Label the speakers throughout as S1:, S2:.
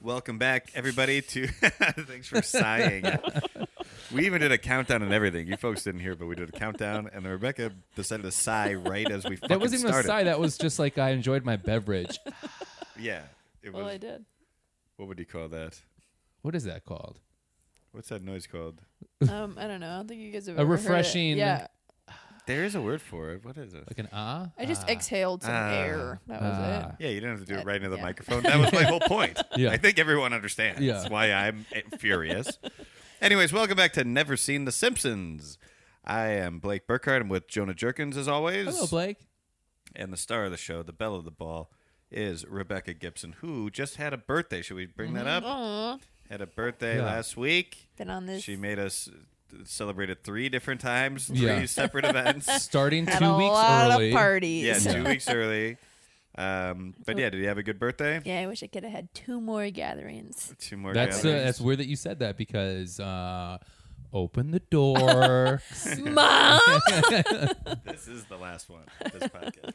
S1: Welcome back, everybody. To thanks for sighing. we even did a countdown and everything. You folks didn't hear, but we did a countdown, and then Rebecca decided to sigh right as we. Fucking
S2: That wasn't even
S1: started.
S2: a sigh. That was just like I enjoyed my beverage.
S1: Yeah, it was.
S3: Well, I did.
S1: What would you call that?
S2: What is that called?
S1: What's that noise called?
S3: Um, I don't know. I don't think you guys have
S2: A
S3: ever heard it.
S2: refreshing-
S3: Yeah,
S1: There is a word for it. What is it?
S2: Like an ah?
S3: I just
S2: Ah.
S3: exhaled some
S1: Ah.
S3: air. That was
S2: Ah.
S3: it.
S1: Yeah, you didn't have to do it
S3: Uh,
S1: right into the
S3: yeah.
S1: microphone. That was my whole point.
S2: Yeah.
S1: I think everyone understands
S2: Yeah.
S1: why I'm furious. Anyways, welcome back to Never Seen The Simpsons. I am Blake Burkhardt. I'm with Jonah Jerkins, as always.
S2: Hello, Blake.
S1: And the star of the show, the belle of the ball, is Rebecca Gibson, who just had a birthday. Should we bring that up?
S3: Aw.
S1: Had a birthday
S2: Yeah.
S1: last week.
S3: Been on this.
S1: She made us uh, celebrate it three different times, three
S2: Yeah.
S1: separate events.
S2: Starting
S3: had
S2: two
S3: a
S2: weeks
S3: lot
S2: early.
S3: of parties.
S1: Yeah, two
S2: Yeah.
S1: weeks early. Um, but yeah, did you have a good birthday?
S3: Yeah, I wish I could have had two more gatherings.
S1: Two more.
S2: That's uh,
S1: gatherings.
S2: that's weird that you said that because uh, open the door.
S3: Mom.
S1: This is the last one. This podcast.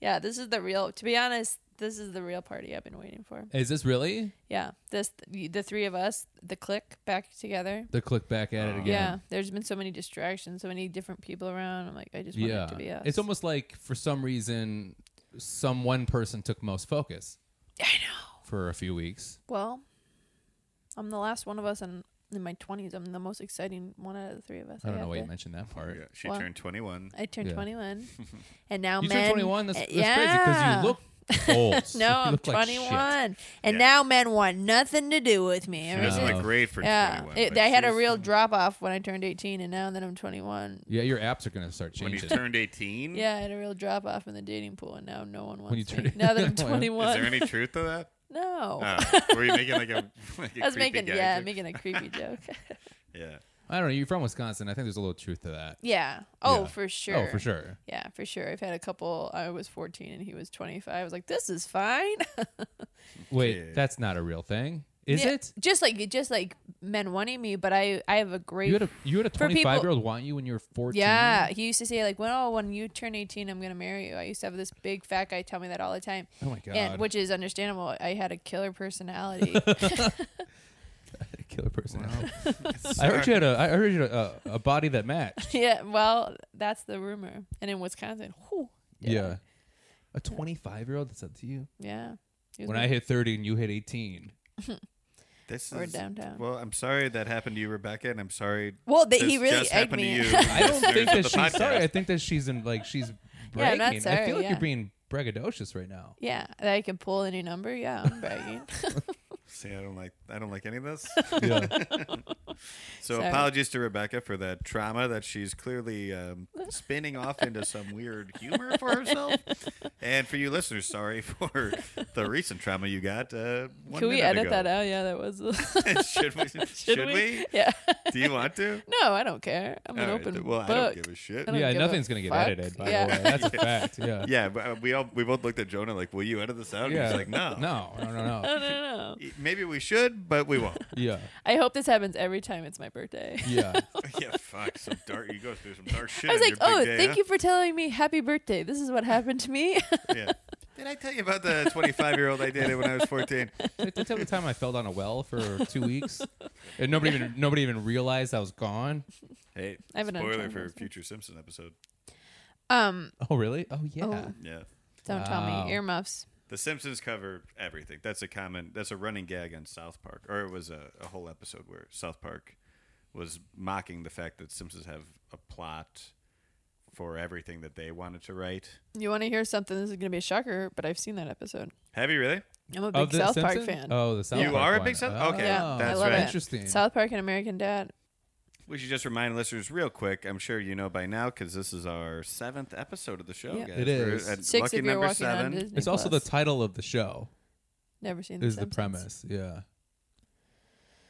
S3: yeah, this is the real. To be honest, this is the real party I've been waiting for.
S2: is this really
S3: Yeah, this the three of us, the clique, back together.
S2: the click back at it again?
S3: Yeah. there's been so many distractions, so many different people around. I'm like, I just want
S2: yeah.
S3: it to be us.
S2: It's almost like for some reason, some one person took most focus
S3: I know.
S2: for a few weeks.
S3: Well, I'm the last one of us, and in my 20s, I'm the most exciting one out of the three of us.
S2: I don't know
S3: have
S2: why you
S3: to-
S2: mentioned that part.
S1: Yeah, she
S3: Well-
S1: turned 21.
S3: I turned
S2: Yeah.
S3: 21, and now
S2: You
S3: men.
S2: turned 21. That's,
S3: uh,
S2: that's crazy because you look old.
S3: no,
S2: You
S3: I'm
S2: look like shit.
S3: 21, and
S1: Yeah.
S3: now men want nothing to do with me. Ever
S1: She doesn't
S3: since-
S1: look great for
S3: yeah,
S1: 21.
S3: it,
S1: but
S3: I had a
S1: she's-
S3: real drop off when I turned 18, and now that I'm 21,
S2: Yeah, your apps are gonna start
S1: When you
S2: changing.
S1: turned 18?
S3: yeah, I had a real drop off in the dating pool, and now no one wants
S2: you
S3: me.
S2: turned-
S3: Now that I'm
S2: Well, is
S3: 21,
S1: Is there any truth to that?
S3: no.
S1: Oh, were you making like a, like a
S3: I was
S1: creepy
S3: making
S1: gag
S3: yeah,
S1: joke?
S3: making a creepy joke.
S1: Yeah.
S2: I don't know. You're from Wisconsin. I think there's a little truth to that.
S3: yeah. Oh,
S2: Yeah.
S3: for sure.
S2: Oh, for sure.
S3: Yeah, for sure. I've had a couple. I was 14 and he was 25. I was like, this is fine.
S2: Wait,
S1: Okay.
S2: that's not a real thing, is
S3: Yeah,
S2: it?
S3: Just like just like men wanting me, but I I have a great.
S2: You had a you had a
S3: For
S2: 25
S3: people-
S2: year old want you when you were 14.
S3: yeah, he used to say like, "Well, oh, when you turn 18, I'm gonna marry you." I used to have this big fat guy tell me that all the time,
S2: Oh my god.
S3: and which is understandable. I had a killer personality.
S2: killer person. I
S1: Sorry.
S2: heard you had a I heard you had a, a body that matched.
S3: yeah, well, that's the rumor. And in Wisconsin, whew,
S2: Yeah.
S3: Yeah.
S2: A 25 year old that's up to you.
S3: yeah. He was
S2: When
S3: my-
S2: I hit 30 and you hit 18.
S1: This
S3: Or
S1: is,
S3: downtown.
S1: Well, I'm sorry that happened to you, Rebecca, and I'm sorry.
S3: well, that he
S1: this
S3: really
S1: just
S3: egged
S1: happened to
S3: me.
S1: you.
S2: I don't
S1: listeners
S2: think
S1: of the
S2: that she's
S1: podcast.
S2: sorry. I think that she's in like she's
S3: Yeah, I'm
S2: bragging.
S3: not
S2: I
S3: sorry,
S2: feel like
S3: yeah.
S2: you're being braggadocious right now.
S3: Yeah, that I can pull any number. Yeah, I'm bragging.
S1: See, I don't like I don't like any of this.
S2: Yeah.
S1: So
S3: Sorry.
S1: apologies to Rebecca for that trauma that she's clearly um, spinning off into some weird humor for herself, and for you listeners, sorry for the recent trauma you got. Uh, one
S3: can we
S1: minute
S3: edit
S1: ago.
S3: that out? Yeah, that was.
S1: should we? Should, we?
S3: Yeah.
S1: Do you want to?
S3: No, I don't care. I'm an
S1: All right,
S3: open
S1: th- well,
S3: book.
S1: I don't give a shit.
S3: I don't
S2: yeah,
S3: give a
S2: nothing's going to get
S3: fuck.
S2: edited by
S3: Yeah.
S2: the way. That's a fact. Yeah.
S1: Yeah, but uh, we all we both looked at Jonah like, "Will you edit this out?" And
S2: Yeah.
S1: he's like, "No,
S2: No, no, no, no.
S3: no, no, no.
S1: E- Maybe we should, but we won't."
S2: Yeah.
S3: I hope this happens every time it's my birthday.
S2: Yeah.
S1: yeah, fuck. Some dark. You go through some dark shit.
S3: I was
S1: on
S3: like,
S1: your
S3: oh,
S1: big day,
S3: thank
S1: huh?
S3: you for telling me happy birthday. This is what happened to me.
S1: Yeah. Did I tell you about the 25 year old I dated when I was 14?
S2: Did I tell you the time I fell down a well for two weeks, and nobody even nobody even realized I was gone.
S1: Hey,
S3: I haven't done
S1: spoiler
S3: time
S1: for a
S3: last night.
S1: future Simpson episode.
S3: um,
S2: Oh really? Oh yeah.
S3: Oh.
S1: Yeah.
S3: don't tell
S2: Wow.
S3: me earmuffs.
S1: The Simpsons cover everything. That's a common, that's a running gag on South Park. Or it was a, a whole episode where South Park was mocking the fact that Simpsons have a plot for everything that they wanted to write.
S3: You want to hear something? This is gonna be a shocker, but I've seen that episode.
S1: Have you really?
S3: I'm a
S2: Of
S3: big
S2: the
S3: South Park
S2: Simpsons?
S3: fan.
S2: Oh, the South
S1: You
S2: Park
S1: are a
S2: one. Oh,
S1: big South- okay,
S3: yeah, I
S1: that's
S3: love
S1: right.
S3: it.
S2: Interesting.
S3: South Park and American Dad.
S1: We should just remind listeners real quick. I'm sure you know by now because this is our seventh episode of the show.
S3: Yeah.
S1: guys.
S2: It
S1: We're
S2: is.
S1: at
S3: Six
S1: lucky
S3: if you're
S1: number
S3: walking on
S1: seven.
S3: Disney.
S2: it's also the
S3: Plus.
S2: title of the show.
S3: Never seen.
S2: Is the
S3: Simpsons.
S2: premise? Yeah.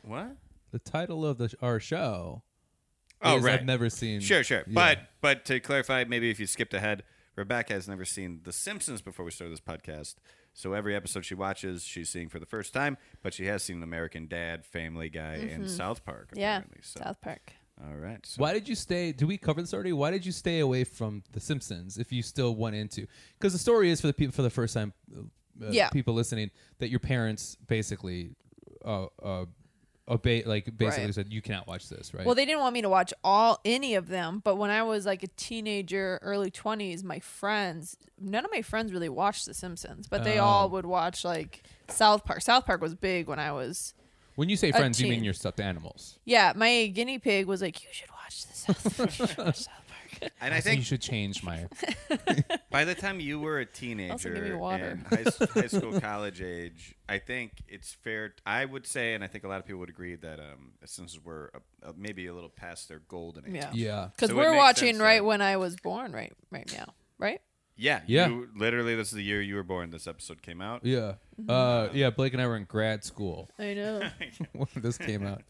S1: what?
S2: The title of the our show.
S1: Oh,
S2: is
S1: right.
S2: I've never seen.
S1: Sure, sure.
S2: Yeah.
S1: But but to clarify, maybe if you skipped ahead, Rebecca has never seen The Simpsons before we started this podcast. So every episode she watches, she's seeing for the first time, but she has seen American Dad, Family Guy, and South Park.
S3: Mm-hmm. Yeah,
S1: Apparently. So,
S3: South Park.
S1: all right. So
S2: Why did you stay? Did we cover this already? Why did you stay away from The Simpsons if you still went into? Because the story is for the people for the first time, uh,
S3: Yeah.
S2: people listening that your parents basically uh, uh, obey, like basically
S3: Right.
S2: said you cannot watch this, right?
S3: Well, they didn't want me to watch all any of them, but when I was like a teenager, early 20s, my friends, none of my friends really watched The Simpsons, but they
S2: Oh.
S3: all would watch like South Park. South Park was big when I was
S2: when you say friends, you mean
S3: teen.
S2: your stuffed animals.
S3: Yeah, my guinea pig was like, "You should watch The South Park." You should watch South Park.
S1: And I
S2: So you
S1: think
S2: should change my.
S1: by the time you were a
S3: Also give me
S1: teenager
S3: water.
S1: and high, s- high school, college age, I think it's fair. I would say, and I think a lot of people would agree that um, since we're uh, maybe a little past their golden age.
S3: Yeah.
S2: Yeah.
S3: Because
S1: So it
S3: we're
S1: makes
S3: watching
S1: sense
S3: right
S1: that-
S3: when I was born, right, right now, right?
S1: Yeah.
S2: Yeah.
S1: You, literally, this is the year you were born. This episode came out.
S2: Yeah.
S3: Mm-hmm.
S2: Uh, yeah. Blake and I were in grad school
S3: I know,
S2: when this came out.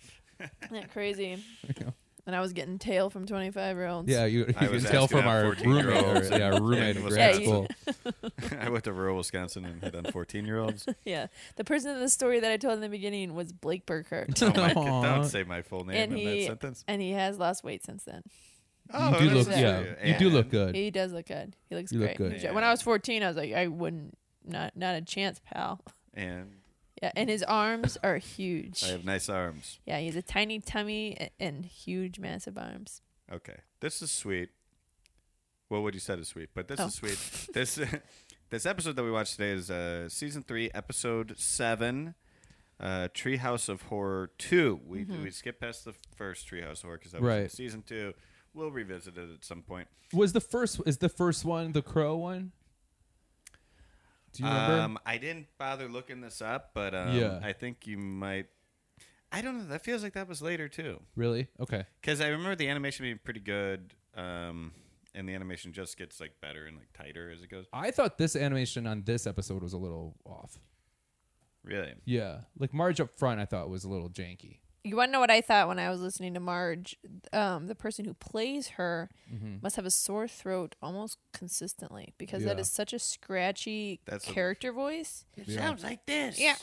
S3: that crazy.
S2: Yeah.
S3: And I was getting tail from twenty-five year olds.
S2: Yeah, you, you
S1: I
S2: can
S1: was
S2: tell
S1: asking
S2: from
S1: out
S2: our
S1: 14
S2: roommate.
S1: year olds
S2: Or, yeah,
S1: and-
S2: roommate
S1: and "Oh
S2: in grad
S3: Wisconsin.
S2: school.
S1: I went to rural Wisconsin and hit on 14 year olds.
S3: yeah. The person in the story that I told in the beginning was Blake Burkhart,
S1: Oh my God,
S2: Aw.
S1: don't say my full name
S3: And
S1: in
S3: he-
S1: that sentence.
S3: and he has lost weight since then.
S1: Oh,
S2: you do
S1: that's
S2: look,
S3: true.
S2: yeah, you do look
S1: And-
S2: good.
S3: He does look good. He looks
S2: You look
S3: great.
S2: good.
S3: Yeah, When I was fourteen, I was like, I wouldn't, not, not a chance, pal.
S1: And
S3: Yeah, and his arms are huge.
S1: I have nice arms.
S3: Yeah, he has a tiny tummy a- and huge, massive arms.
S1: Okay, this is sweet. Well, what you said is sweet, but this
S3: Oh.
S1: is sweet. This this episode that we watched today is uh, season three, episode seven, uh, Treehouse of Horror two. We we skipped past the first Treehouse of Horror because that was in
S2: Right.
S1: season two. We'll revisit it at some point.
S2: Was the first is the first one the crow one? Do you remember?
S1: Um, I didn't bother looking this up, but um,
S2: Yeah.
S1: I think you might. I don't know. That feels like that was later too,
S2: really? Okay.
S1: because I remember the animation being pretty good, um, and the animation just gets like better and like tighter as it goes.
S2: I thought this animation on this episode was a little off.
S1: Really,
S2: Yeah, like Marge up front, I thought was a little janky.
S3: You want to know what I thought when I was listening to Marge? Um, the person who plays her
S2: Mm-hmm.
S3: must have a sore throat almost consistently because that
S2: Yeah.
S3: is such a scratchy
S1: That's a-
S3: character voice.
S1: it sounds like this.
S3: Yeah.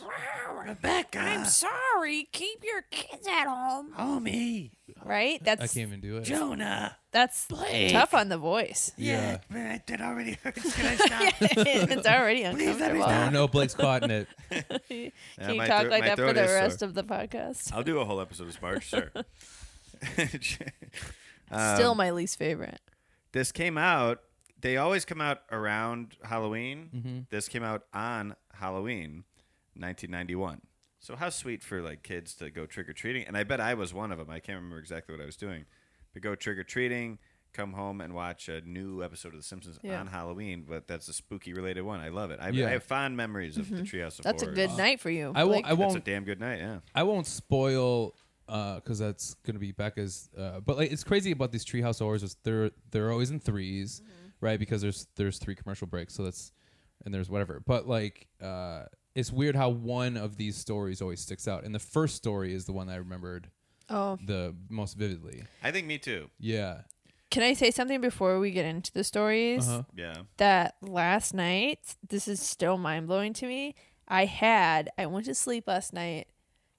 S1: Rebecca, I'm
S3: sorry. Keep your kids at home.
S1: homie,
S3: Right?
S2: I
S3: That's
S2: can't even do it.
S1: Jonah.
S3: that's
S1: Blake.
S3: tough on the voice.
S2: Yeah.
S1: man, that already hurts. Can I stop?
S3: it's already
S1: Please let me
S3: uncomfortable.
S2: Oh no, Blake's caught in it.
S3: Can
S1: Yeah,
S3: you
S1: my
S3: talk
S1: throat-
S3: like
S1: my
S3: that for
S1: throat
S3: the
S1: is sore.
S3: rest of the podcast?
S1: I'll do a whole episode of Sparge, sure. Um,
S3: Still my least favorite.
S1: this came out they always come out around halloween
S3: Mm-hmm.
S1: this came out on halloween 1991 so how sweet for like kids to go trick-or-treating and i bet i was one of them i can't remember exactly what i was doing but go trick-or-treating come home and watch a new episode of the simpsons
S3: Yeah.
S1: on halloween but that's a spooky related one i love it i,
S2: Yeah.
S1: I have fond memories of the treehouse of
S3: Mm-hmm.
S1: Oh.
S3: That's a
S1: Horrors.
S3: good night for you.
S2: I won't.
S3: Blake.
S2: I
S1: that's a
S2: won't.
S1: damn good night yeah
S2: I won't spoil because that's gonna be Becca's. Uh, but like, it's crazy about these Treehouse Horrors. Is they're they're always in 3s
S3: Mm-hmm.
S2: right? Because there's there's three commercial breaks, so that's and there's whatever. But like, uh, it's weird how one of these stories always sticks out, and the first story is the one I remembered
S3: oh.
S2: the most vividly.
S1: i think me too
S2: Yeah.
S3: Can I say something before we get into the stories?
S2: Uh-huh.
S1: yeah
S3: That last night, this is still mind blowing to me. I had, I went to sleep last night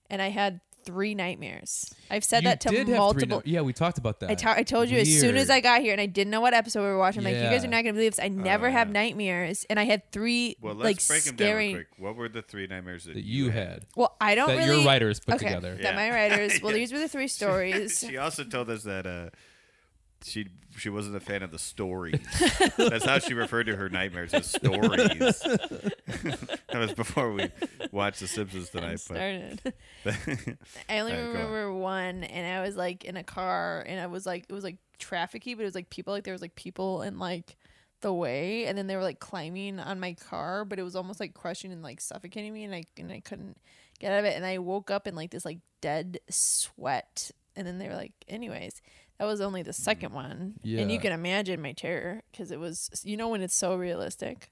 S3: and I had three nightmares. I've said
S2: You
S3: that to
S2: did have three
S3: multiple.
S2: no- yeah, we talked about that.
S3: I, ta- I told you as soon as
S2: Weird.
S3: I got here and I didn't know what episode we were watching. I'm like, you guys
S2: Yeah.
S3: are not going to believe this. I never
S1: yeah.
S3: have nightmares. And I had three,
S1: Uh. well
S3: like,
S1: let's break them down
S3: scary.
S1: real quick what were the three nightmares that,
S2: that you had.
S3: Well, I don't
S2: That your
S3: really.
S2: writers put
S3: okay,
S2: together.
S3: That
S1: Yeah.
S3: my writers. Well,
S1: Yeah.
S3: these were the three stories.
S1: she also told us that uh, she she wasn't a fan of the stories. That's how she referred to her nightmares as stories. that was before we watched The Simpsons tonight. But
S3: started. I only
S1: All right, go on.
S3: remember one, and I was like in a car, and I was like, it was like trafficky, but it was like people, like there was like people in like the way, and then they were like climbing on my car, but it was almost like crushing and like suffocating me, and I and I couldn't get out of it, and I woke up in like this like dead sweat, and then they were like, anyways. That was only the second one, and you
S2: Mm. Yeah.
S3: can imagine my terror because it was, you know, when it's so realistic.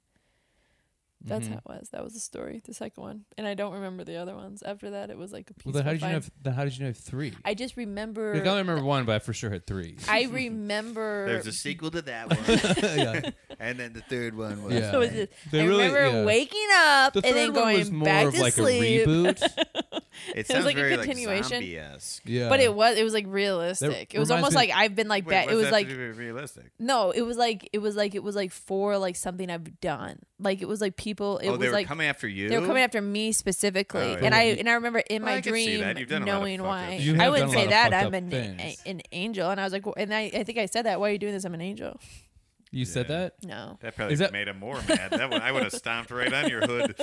S3: That's
S2: Mm-hmm.
S3: how it was. That was the story, the second one, and I don't remember the other ones. After that, it was like a piece.
S2: Well, then how
S3: of
S2: did you know? Then how did you know three?
S3: I just remember.
S2: Like, I only remember one, but I for sure had three.
S3: I remember.
S1: there's a sequel to that one,
S2: yeah.
S1: and then the third one was.
S2: Yeah.
S3: what was it?
S2: They
S3: I
S2: really-
S3: remember
S2: yeah.
S3: waking up
S2: The third
S3: and then
S2: one
S3: going
S2: was more
S3: back
S2: of
S3: to
S2: like a
S3: sleep.
S2: reboot.
S1: It
S3: was
S1: sounds
S3: like a
S1: very like
S3: continuation.
S1: zombie esque.
S2: yeah.
S3: But it was it was like realistic. it was
S2: reminds
S3: almost
S2: me-
S3: like I've been like back. It was like
S1: realistic.
S3: no, it was like it was like it was like for like something I've done. Like it was like people. It
S1: oh,
S3: was
S1: they were
S3: like
S1: coming after you.
S3: they were coming after me specifically,
S1: Oh, yeah.
S3: and I and I remember in
S1: Well,
S3: my
S1: I can see
S3: dream
S1: that. You've done a lot of
S3: knowing
S1: fucked up
S3: why
S1: shit. You
S3: I
S2: have done
S3: wouldn't
S2: a
S3: say
S2: lot of
S3: that I'm
S2: fucked
S3: an,
S2: up things.
S3: an angel, and I was like, and I, I think I said that. Why are you doing this? I'm an angel.
S2: you said
S1: Yeah.
S2: that?
S3: No,
S1: That probably
S2: Is that-
S1: made him more mad. That one, I would have stomped right on your hood,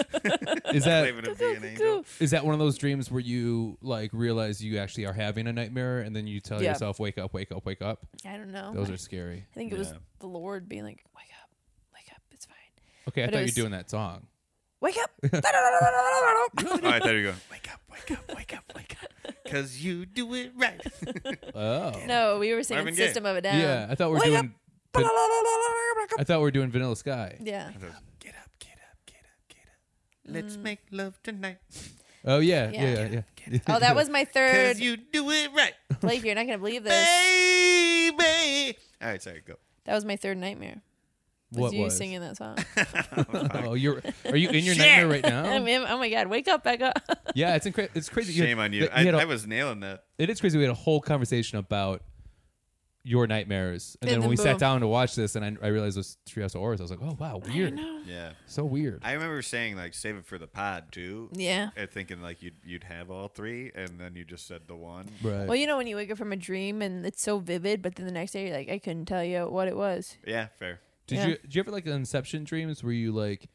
S2: Is that
S1: claiming to be an angel.
S2: is that one of those dreams where you like realize you actually are having a nightmare and then you tell
S3: Yeah. Oh
S2: yourself wake up, wake up, wake up?
S3: I don't know.
S2: Those are scary.
S3: I think it was
S1: Yeah.
S3: the Lord being like, wake up, wake up, it's fine.
S2: Okay, I
S3: But it
S2: thought you were
S3: was-
S2: doing that song.
S3: Wake up.
S1: All right, there you go. Wake up, wake up, wake up, wake up. Because you do it right.
S2: Oh.
S3: no, we were singing
S1: Marvin Gaye.
S3: System of a Down.
S2: Yeah, I thought we were
S3: Wake
S2: doing
S3: up.
S2: Van- I thought we were doing Vanilla Sky.
S3: Yeah.
S1: Get up, get up, get up, get up. Let's
S3: Mm.
S1: make love tonight.
S2: Oh yeah,
S3: Yeah.
S2: yeah, yeah.
S3: Oh, that was my third.
S1: Because you do it right,
S3: Blake, you're not gonna believe this.
S1: baby. All right, sorry, go.
S3: That was my third nightmare. Was
S2: what
S3: you
S2: was?
S3: singing that song?
S2: Oh, you're are you in your
S1: Shit.
S2: nightmare right
S3: I
S2: now?
S3: mean, oh my God! Wake up, Becca.
S2: yeah, it's incre- it's crazy. had-
S1: Shame on you.
S2: th-
S1: I,
S2: had a-
S1: I was nailing that.
S2: it is crazy. We had a whole conversation about your nightmares, and,
S3: And
S2: then when
S3: then
S2: we sat
S3: boom.
S2: down to watch this, and I, I realized it was Treehouse of Horrors. I was like, oh wow, weird,
S1: Yeah.
S2: so weird.
S1: I remember saying like save it for the pod too.
S3: yeah.
S1: And thinking like you'd you'd have all three, and then you just said the one.
S2: right.
S3: Well, you know when you wake up from a dream and it's so vivid, but then the next day you're like, I couldn't tell you what it was.
S1: Yeah, fair.
S2: did
S3: yeah.
S2: you did you ever like Inception dreams where you like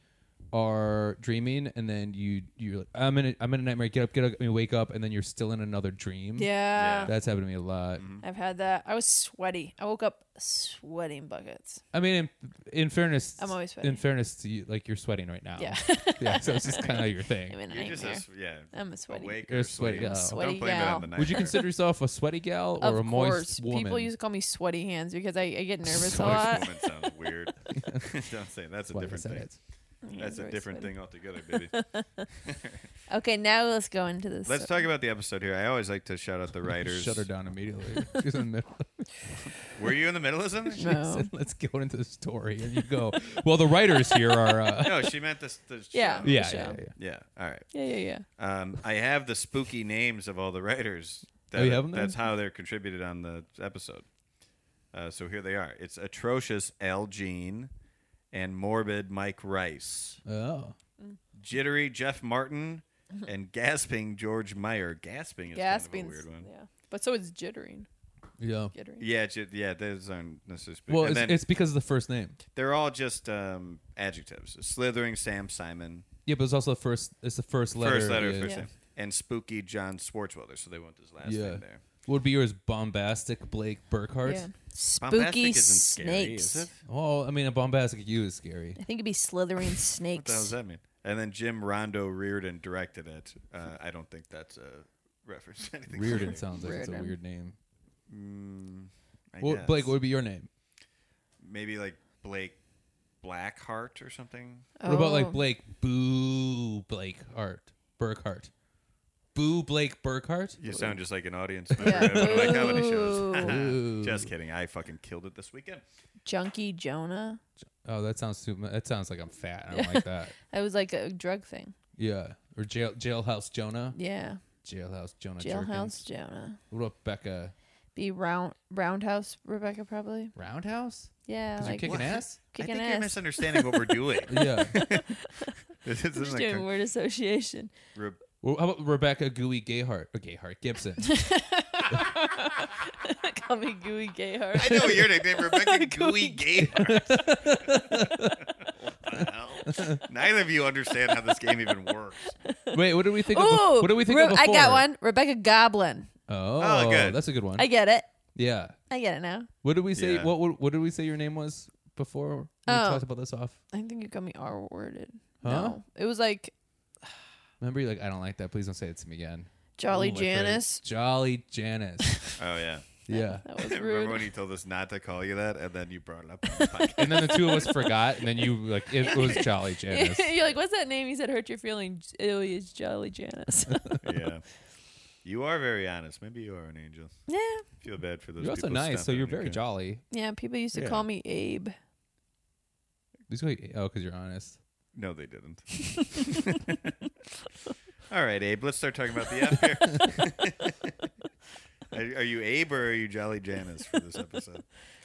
S2: are dreaming and then you you're like I'm in a, I'm in a nightmare. Get up, get up, and you wake up, and then you're still in another
S1: Mm-hmm.
S2: dream.
S3: Yeah.
S2: That's happened to me a lot.
S3: I've had that. I was sweaty. I woke up sweating buckets.
S2: I mean, in, in fairness,
S3: I'm always
S2: in
S3: sweating.
S2: fairness to you, like you're sweating right now.
S3: Yeah.
S2: yeah. So it's just kind of your thing.
S3: I'm in a
S1: You're just a,
S3: nightmare.
S1: s- yeah.
S3: I'm a sweaty.
S1: Awake
S2: You're
S1: or
S2: a sweaty
S1: asleep.
S2: gal.
S3: Sweaty
S1: Don't blame it
S3: gal.
S1: on the night.
S2: Would you consider yourself a sweaty gal or
S3: of
S2: a
S3: course,
S2: moist woman?
S3: people used to call me sweaty hands because I, I get nervous a
S2: Sweaty
S3: lot.
S1: woman sounds weird. Don't say it. that's a
S2: Why
S1: different
S2: is that
S1: thing.
S2: it?
S3: Yeah,
S1: That's a
S3: very
S1: different
S3: sweaty.
S1: thing altogether, baby.
S3: Okay, now let's go into this.
S1: Let's talk about the episode here. I always like to shout out the writers.
S2: Shut her down immediately. She's in the middle.
S1: Were you in the middle of something?
S2: She said, Let's go into the story, and you go. Well, the writers here are. Uh,
S1: no, she meant this. The show.
S3: Yeah.
S2: yeah,
S3: show.
S2: yeah, yeah.
S1: Yeah. All right.
S3: Yeah, yeah, yeah.
S1: Um, I have the spooky names of all the writers.
S2: Oh, you have 'em there?
S1: That's how they're contributed on the episode. Uh, so here they are. It's atrocious L. Jean and morbid Mike Rice,
S2: Oh,
S1: jittery Jeff Martin, and gasping George Meyer. Gasping is
S3: Gasping.
S1: kind of a weird one.
S3: Yeah. But so is jittering.
S2: yeah.
S3: Jittering.
S1: Yeah, ju- yeah, those aren't necessarily. spooky.
S2: Well,
S1: and
S2: it's,
S1: then
S2: it's because of the first name.
S1: they're all just um, adjectives: slithering Sam Simon,
S2: Yeah, but it's also the first. It's the first letter.
S1: first letter,
S2: yeah.
S1: first
S3: Yeah.
S1: name, and spooky John Swartzwelder. So they want his last
S2: Yeah.
S1: name there.
S2: What would be yours? Bombastic Blake Burkhardt.
S3: Yeah.
S1: Bombastic
S3: Spooky
S1: isn't scary, is
S3: snakes.
S1: it?
S2: Oh, I mean, a bombastic you is scary.
S3: I think it'd be slithering
S1: What the hell does
S3: snakes.
S1: that mean? And then Jim Rondo Reardon directed it. Uh, I don't think that's a reference. to Anything
S2: Reardon
S1: familiar.
S2: sounds like it's a
S3: Reardon.
S2: weird name.
S1: I
S2: Well,
S1: guess.
S2: Blake, what would be your name?
S1: Maybe like Blake Blackheart or something.
S2: What about
S3: Oh.
S2: like Blake Boo Blake Hart Burkhart? Boo Blake Burkhart?
S1: You sound just like an audience member
S3: Yeah.
S1: at one of my comedy
S2: Ooh.
S1: shows. just kidding. I fucking killed it this weekend.
S3: Junkie Jonah.
S2: Oh, that sounds too. mu- That sounds like I'm fat. I don't like that.
S3: That was like a drug thing.
S2: Yeah. Or jail jailhouse Jonah.
S3: Yeah.
S2: Jailhouse Jonah.
S3: Jailhouse
S2: Jerkins.
S3: Jonah.
S2: What about Becca
S3: Be round roundhouse Rebecca probably.
S2: Roundhouse?
S3: Yeah.
S2: 'Cause you're
S3: Like
S2: kicking
S1: What?
S2: ass.
S3: kicking
S1: I think
S3: ass.
S1: you're misunderstanding what we're doing.
S2: Yeah.
S1: this isn't
S3: just
S1: like
S3: doing
S1: con-
S3: word association.
S1: re-
S2: well, how about Rebecca Gooey Gayhart or Gayhart Gibson?
S3: Call me Gooey
S1: I
S3: Gayheart.
S1: know your nickname, Rebecca Gooey
S3: Gooey
S1: Gayheart. what the hell? Neither of you understand how this game even works.
S2: Wait, what did we think? of bef-
S3: Ooh,
S2: what did we think
S3: Re-
S2: of
S3: I
S2: before?
S3: got one. Rebecca Goblin.
S2: Oh,
S1: Oh, good.
S2: that's a good one.
S3: I get it.
S2: yeah.
S3: I get it now.
S2: What did we say?
S1: Yeah.
S2: What, what what did we say your name was before we
S3: Oh.
S2: talked about this off?
S3: I think you got me R worded.
S2: Huh?
S3: No, it was like
S2: Remember, you're like, I don't like that. Please don't say it to me again.
S3: Jolly
S2: Ooh, my
S3: Janice.
S2: phrase. Jolly Janice.
S1: Oh, yeah.
S2: yeah.
S3: That was
S1: Remember
S3: rude.
S1: when you told us not to call you that, and then you brought it up on the podcast?
S2: And then the two of us forgot, and then you were like it was Jolly Janice.
S3: You're like, what's that name? He said, hurt your feelings. Oh, is Jolly Janice.
S1: yeah, you are very honest. Maybe you are an angel.
S3: yeah,
S1: Feel bad for those.
S2: You're also
S1: people
S2: nice, so
S1: stomping
S2: you're
S1: on
S2: very
S1: your car.
S2: jolly.
S3: yeah. People used to
S1: Yeah.
S3: call me Abe.
S2: He's like, oh, because you're honest.
S1: No, they didn't. All right, Abe. Let's start talking about the app here. are, are you Abe or are you Jolly Janice for this episode?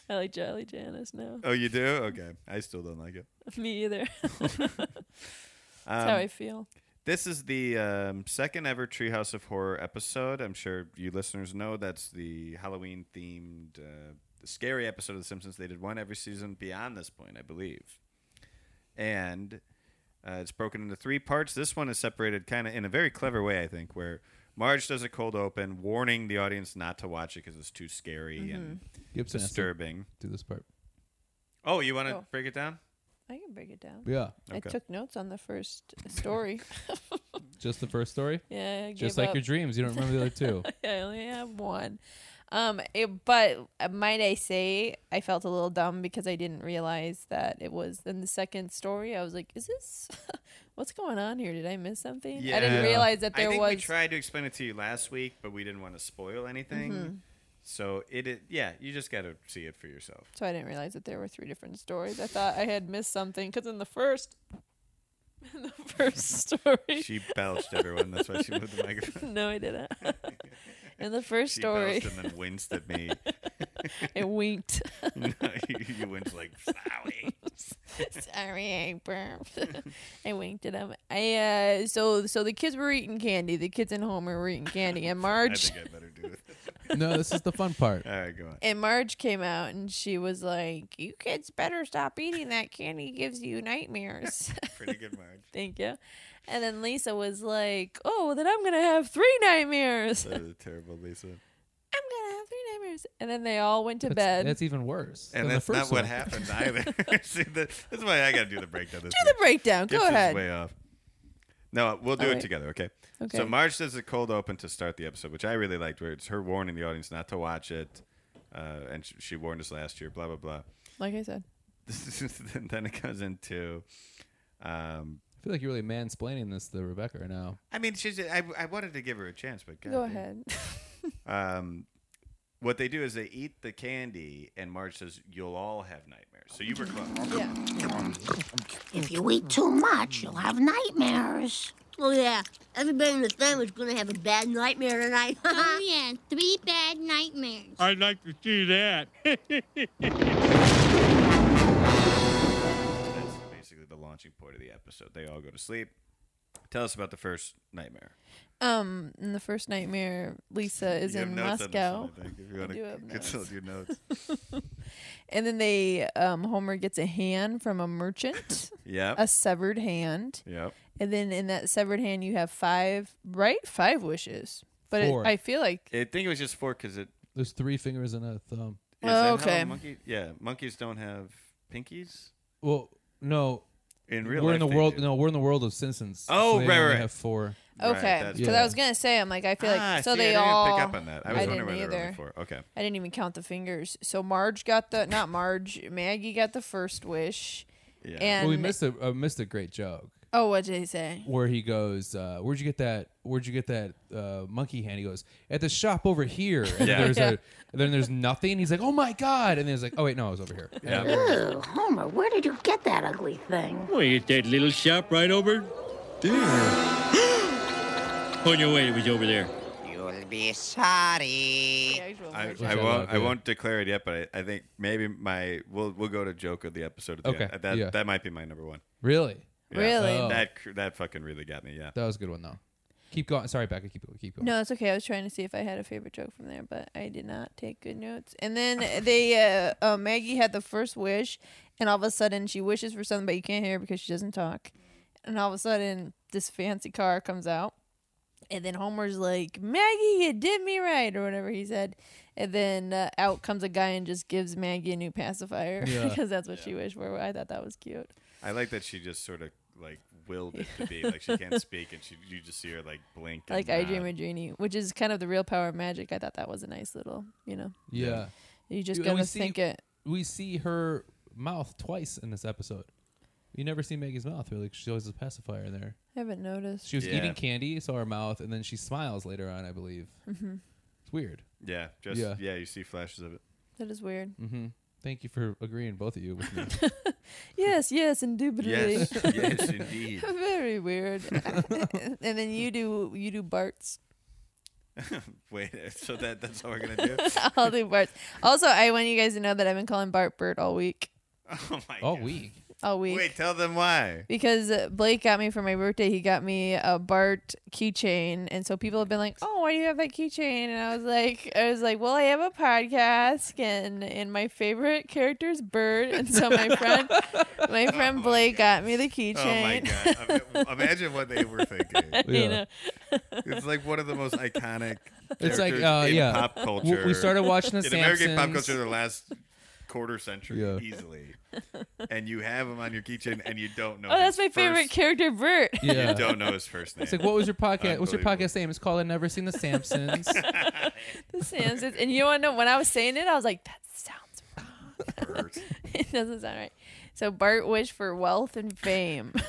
S3: I like Jolly Janice now.
S2: Uh,
S1: Oh, you do? Okay. I still don't like it.
S3: Me either.
S1: Um,
S3: That's
S2: um,
S3: how I feel.
S1: This is the um, second ever Treehouse of Horror episode. I'm sure you listeners know that's the Halloween themed, uh, scary episode of The Simpsons. They did one every season beyond this point, I believe. And uh, it's broken into three parts. This one is separated kind of in a very clever way, I think, where Marge does a cold open, warning the audience not to watch it because it's too scary and
S2: Gibson has to
S1: disturbing.
S2: do this part.
S1: Oh, you want to
S3: Oh.
S1: break it down?
S3: I can break it down.
S2: Yeah,
S3: I
S1: Okay.
S3: took notes on the first story.
S2: just the first story.
S3: yeah, I
S2: Just
S3: gave
S2: like
S3: up.
S2: your dreams, you don't remember the other two.
S3: I only have one. Um, it, but might I say, I felt a little dumb because I didn't realize that it was in the second story. I was like, "Is this what's going on here? Did I miss something?" I
S1: Yeah.
S3: didn't realize that there
S1: I think
S3: was.
S1: we tried to explain it to you last week, but we didn't want to spoil anything.
S3: Mm-hmm.
S1: So it, it, yeah, you just got to see it for yourself.
S3: so I didn't realize that there were three different stories. I thought I had missed something because in the first, in the first story,
S1: She belched everyone. That's why she moved the microphone.
S3: no, I didn't. in the first
S1: She
S3: story,
S1: belched and then winced at me.
S3: it winked.
S1: you, you winced like sorry.
S3: Sorry, I burped. I winked at him. I uh, so so the kids were eating candy. The kids in Homer were eating candy, and
S1: I
S3: Marge
S1: think I better do it.
S2: no, this is the fun part.
S1: All right, go on.
S3: and Marge came out, and she was like, "You kids better stop eating that candy. It gives you nightmares."
S1: Pretty good, Marge.
S3: Thank you. And then Lisa was like, "Oh, well, then I'm gonna have three nightmares. I'm
S1: That was terrible, Lisa.
S3: gonna have three nightmares." And then they all went to
S2: That's,
S3: bed.
S2: that's even worse.
S1: And
S2: than the
S1: that's
S2: first
S1: not what
S2: one.
S1: happened either. See, that, that's why I got to do the breakdown. This
S3: Do the breakdown. Go ahead.
S1: way off. No, we'll do
S3: All
S1: it
S3: right.
S1: together. Okay.
S3: Okay.
S1: So Marge does a cold open to start the episode, which I really liked, where it's her warning the audience not to watch it, uh, and she, she warned us last year. Blah blah blah.
S3: like I said,
S1: then it goes into. Um,
S2: I feel like you're really mansplaining this to Rebecca right now.
S1: I mean, she's. I, I wanted to give her a chance, but
S3: go
S1: goddamn.
S3: ahead.
S1: Um, what they do is they eat the candy, and Marge says, "You'll all have nightmares." So you were close.
S3: yeah.
S4: If you eat too much, you'll have nightmares.
S5: Oh, yeah. Everybody in the family's gonna have a bad nightmare tonight.
S6: oh yeah, three bad nightmares.
S7: I'd like to see that.
S1: That's basically the launching point of the episode. They all go to sleep. Tell us about the first nightmare.
S3: Um, in the first nightmare, Lisa is
S1: You have
S3: in
S1: notes on this one,
S3: Moscow.
S1: I think, if you want
S3: do have
S1: to consult
S3: notes.
S1: your notes.
S3: And then they um, Homer gets a hand from a merchant,
S1: Yep.
S3: a severed hand.
S1: yep.
S3: And then in that severed hand you have five, right? Five wishes. But it,
S2: Four.
S3: I feel like
S1: I think it was just four because it.
S2: There's three fingers and a thumb.
S1: Is
S3: Oh,
S1: that how
S3: okay.
S1: Monkey, yeah, monkeys don't have pinkies
S2: Well, no,
S1: in real
S2: we're
S1: life.
S2: in the
S1: they
S2: world.
S1: do.
S2: No, we're in the world of Simpsons.
S1: Oh,
S2: so they
S1: right,
S2: only
S1: right.
S2: Have four.
S1: Right,
S3: okay,
S1: that's
S3: because
S2: right.
S3: I was gonna say I'm like I feel
S1: Ah,
S3: like
S1: see,
S3: so
S1: I
S3: they
S1: didn't
S3: all.
S1: even pick up on that. I was
S3: I
S1: wondering
S3: didn't
S1: where they were
S3: either.
S1: only four. Okay.
S3: I didn't even count the fingers. So Marge got the not Marge, Maggie got the first wish.
S1: Yeah.
S3: And
S2: well, we missed a uh, missed a great joke
S3: oh, what did he say?
S2: where he goes, uh, "Where'd you get that? Where'd you get that uh, monkey hand?" He goes, "At the shop over here." And
S1: Yeah.
S2: there's
S3: Yeah.
S2: a and then there's nothing. He's like, "Oh my god!" And then he's like, "Oh wait, no, I was over here."
S1: Yeah.
S2: And-
S4: Ew, Homer, where did you get that ugly thing?
S7: well, it's that little shop right over. On your way, it was over there.
S8: You'll be sorry.
S3: The actual
S1: I,
S3: merchant.
S1: I
S2: I
S1: won't.
S2: love,
S1: I
S2: yeah.
S1: won't declare it yet, but I, I think maybe my we'll we'll go to joke of the episode. At the
S2: Okay,
S1: end. That
S2: yeah.
S1: that might be my number one.
S2: Really,
S1: Yeah.
S3: Really?
S2: Oh.
S1: That cr- that fucking really got me. Yeah.
S2: that was a good one though. Keep going. Sorry, Becca. Keep going. Keep going.
S3: No, it's okay. I was trying to see if I had a favorite joke from there, but I did not take good notes. And then they, uh, uh, Maggie had the first wish, and all of a sudden she wishes for something, but you can't hear her because she doesn't talk. And all of a sudden, this fancy car comes out, and then Homer's like, "Maggie, you did me right," or whatever he said. And then uh, out comes a guy and just gives Maggie a new pacifier
S2: Yeah.
S3: because that's what she wished for. I thought that was cute.
S1: I like that she just sort of like willed it to be like she can't speak and she you just see her like blink. and uh,
S3: Like I Dream
S1: nod.
S3: a Genie, which is kind of the real power of magic. I thought that was a nice little, you know,
S2: Yeah.
S3: you just
S2: You- and we
S3: gotta
S2: see-
S3: think it.
S2: we see her mouth twice in this episode. You never see Maggie's mouth really. 'cause She always has a pacifier in there.
S3: I haven't noticed.
S2: She was
S1: Yeah.
S2: eating candy, saw her mouth, and then she smiles later on, I believe. Mm-hmm. It's weird.
S1: Yeah. Just yeah.
S2: Yeah.
S1: You see flashes of it. Mm.
S3: That is weird.
S2: Mhm. Thank you for agreeing, both of you, with me.
S3: Yes, yes, indubitably.
S1: Yes, yes, indeed.
S3: Very weird. and then you do you do Bart's.
S1: Wait, so that that's all we're gonna do?
S3: I'll do Bart's. Also, I want you guys to know that I've been calling Bart Bert all week.
S1: Oh my.
S2: All
S1: God.
S2: week.
S3: All week.
S1: Wait, tell them why.
S3: Because uh, Blake got me for my birthday, he got me a Bart keychain, and so people have been like, "Oh, why do you have that keychain?" And I was like, "I was like, well, I have a podcast, and and my favorite character is Bert, and so my friend, my friend Blake got me the keychain."
S1: Oh my god! Ima- Imagine what they were thinking.
S2: Yeah.
S1: It's like one of the most iconic.
S2: It's like,
S1: characters
S2: uh,
S1: in
S2: yeah.
S1: pop
S2: W-
S1: culture.
S2: We started watching the
S1: in American pop
S2: Simpsons.
S1: culture the last quarter century
S2: Yeah.
S1: easily, and you have him on your kitchen and you don't know.
S3: Oh, that's
S1: his
S3: my favorite
S1: first-
S3: character, Bert.
S2: Yeah.
S1: You don't know his first name.
S2: It's like, what was your podcast? What's your
S1: Unbelievable.
S2: podcast name? It's called "I Never Seen the Samsons." Oh
S3: the Samsons. And you want to know when I was saying it, I was like, that sounds wrong.
S1: Bert.
S3: it doesn't sound right. So Bart wished for wealth and fame.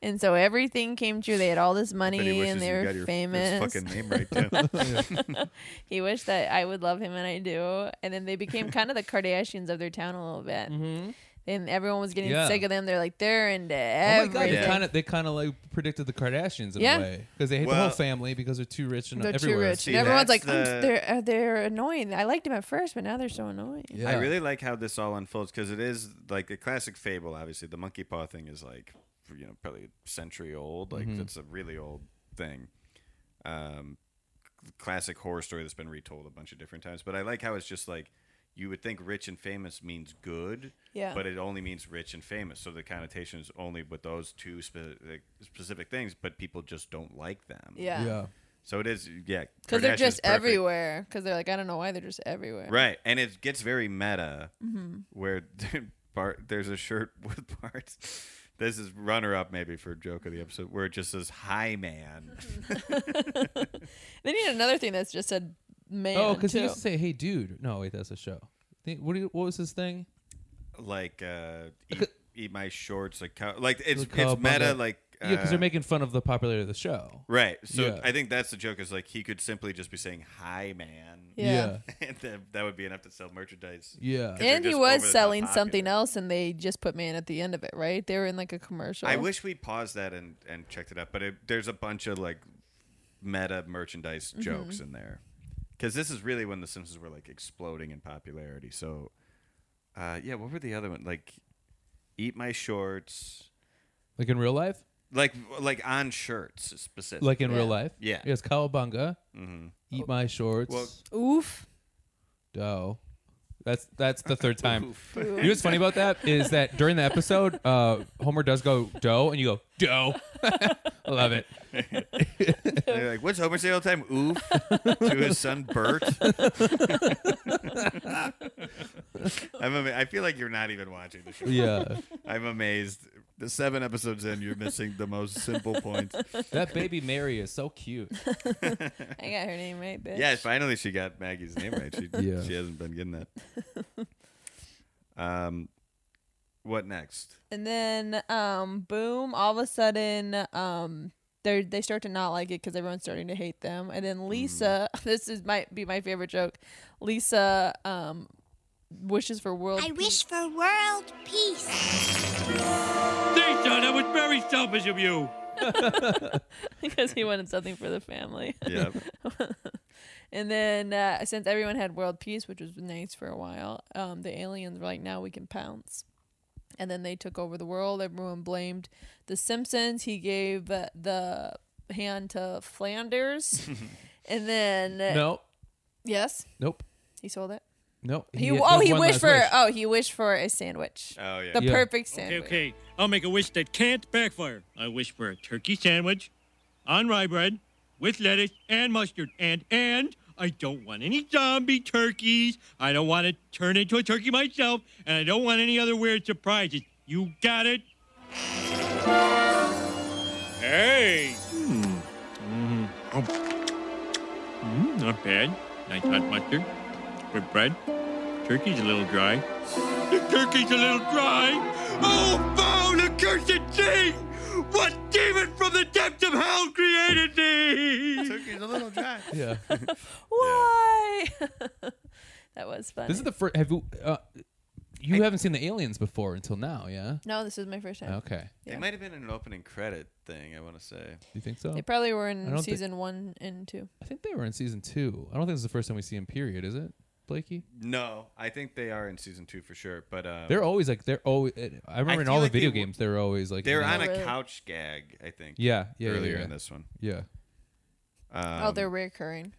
S3: and so everything came true. They had all this
S1: But he
S3: money
S1: wishes
S3: and they
S1: you
S3: were
S1: got your-
S3: famous.
S1: His fucking name right too.
S3: he wished that I would love him and I do. And then they became kind of the Kardashians of their town a little bit.
S1: Mm-hmm.
S3: And everyone was getting
S2: Yeah.
S3: sick of them. They're like, they're into
S2: Oh my
S3: everything.
S2: god, they
S1: Yeah.
S2: kind of they kind of like predicted the Kardashians in
S3: Yeah.
S2: a way because they hate the
S1: Well-
S2: whole family because they're too rich and
S3: they're too
S2: everywhere.
S3: rich.
S1: See,
S3: and everyone's
S1: that's
S3: like, "Oh,
S1: the-
S3: they're, uh, they're annoying. I liked them at first, but now they're so annoying.
S2: Yeah.
S1: I really like how this all unfolds because it is like a classic fable. Obviously, the monkey paw thing is like you know probably a century old. Like it's a really old thing. Um, c- classic horror story that's been retold a bunch of different times. But I like how it's just like you would think rich and famous means good,
S3: Yeah.
S1: but it only means rich and famous. So the connotation is only with those two spe- like, specific things. But people just don't like them.
S3: Yeah.
S2: yeah.
S1: So it is yeah
S3: Because they're
S1: Kardashian's
S3: just
S1: perfect.
S3: everywhere. Because they're like, I don't know why they're just everywhere.
S1: Right, and it gets very meta,
S2: Mm-hmm.
S1: where Bart, there's a shirt with Bart. This is runner up maybe for joke of the episode, where it just says "Hi, man."
S3: They need another thing that's just said man.
S2: Oh, because he
S3: too.
S2: used to say, "Hey, dude." No, wait, that's a show. Think- What, do you, what was his thing?
S1: like, uh, eat, eat my shorts, like, cow- like it's it's
S2: Like cowabunga.
S1: meta, like
S2: Yeah, yeah, because
S1: uh,
S2: they're making fun of the popularity of the show.
S1: right. So
S2: Yeah.
S1: I think that's the joke. Is like he could simply just be saying "Hi, man,"
S3: Yeah.
S1: and then that would be enough to sell merchandise.
S2: yeah, yeah.
S1: they're
S3: And he
S1: just
S3: was
S1: over the top
S3: selling
S1: popular.
S3: something else, and they just put man at the end of it, right? They were in like a commercial.
S1: I wish we paused that and and checked it out, but it, there's a bunch of like meta merchandise jokes in there because this is really when the Simpsons were like exploding in popularity. So, uh, yeah, what were the other one? Like, eat my shorts,
S2: Like in real life,
S1: like like on shirts specifically.
S2: like in real
S3: Yeah.
S2: life.
S1: Yeah. Mm-hmm.
S2: Yes, Cowabunga. Eat my shorts.
S1: Well-
S3: Oof.
S2: Dough. That's that's the third time.
S1: Oof.
S2: You know what's funny about that is that during the episode, uh, Homer does go dough, and you go dough. I love it.
S1: They're like, what's Homer say all the time? Oof to his son Bert. I'm ama- I feel like you're not even watching the show.
S2: Yeah,
S1: I'm amazed. The seven episodes in, you're missing the most simple points.
S2: that baby Mary is so cute.
S3: I got her name right, bitch.
S1: Yeah, finally she got Maggie's name right. She
S2: Yeah.
S1: she hasn't been getting that. Um, what next?
S3: And then, um, boom! All of a sudden, um, they they start to not like it because everyone's starting to hate them. And then Lisa,
S1: Mm.
S3: this is might be my favorite joke. Lisa, um, wishes for world.
S6: I wish for world peace.
S7: Lisa, that was very selfish of you.
S3: because he wanted something for the family.
S1: Yeah,
S3: And then uh, since everyone had world peace, which was nice for a while, um, the aliens were like, now we can pounce. And then they took over the world. Everyone blamed the Simpsons. He gave uh, the hand to Flanders. and then uh,
S2: No,
S3: yes,
S2: nope,
S3: he sold it.
S2: nope.
S3: He,
S2: had-
S3: oh
S2: there's
S3: he
S2: one
S3: wished
S2: last
S3: for
S2: wish.
S3: oh he wished for a sandwich.
S1: Oh, yeah.
S3: The
S2: Yeah.
S3: perfect
S7: Okay,
S3: sandwich.
S7: okay. I'll make a wish that can't backfire. I wish for a turkey sandwich on rye bread with lettuce and mustard. And, and, I don't want any zombie turkeys. I don't want to turn into a turkey myself. And I don't want any other weird surprises. You got it? Hey! Hmm. Mm, not bad. Nice hot mustard with bread. Turkey's a little dry. The turkey's a little dry. Oh, foul accursed thing! What demon from the depths of hell created thee?
S1: turkey's a little dry.
S2: Yeah.
S3: Why? That was fun.
S2: This is the first. Have you? Uh, you haven't seen the aliens before until now, yeah?
S3: no, this is my first time.
S2: Okay.
S3: Yeah.
S1: It might have been an opening credit thing. I want to say.
S2: Do you think so?
S3: They probably were
S2: I
S3: in
S2: don't thi-
S3: season one and two.
S2: I think they were in season two. I don't think this is the first time we see him. Period, is it, Blakey?
S1: Oh. No, I think they are in season two for sure. But um,
S2: They're always like they're always. I remember in
S1: feel
S2: all
S1: like
S2: the
S1: they
S2: video
S1: were-
S2: games, they're always like.
S1: they're
S2: in
S1: on
S2: the-
S1: a
S3: Really?
S1: couch gag. I think.
S2: Yeah, yeah, yeah,
S1: Earlier
S2: yeah.
S1: in this one.
S2: Yeah,
S1: Um,
S3: oh, they're reoccurring.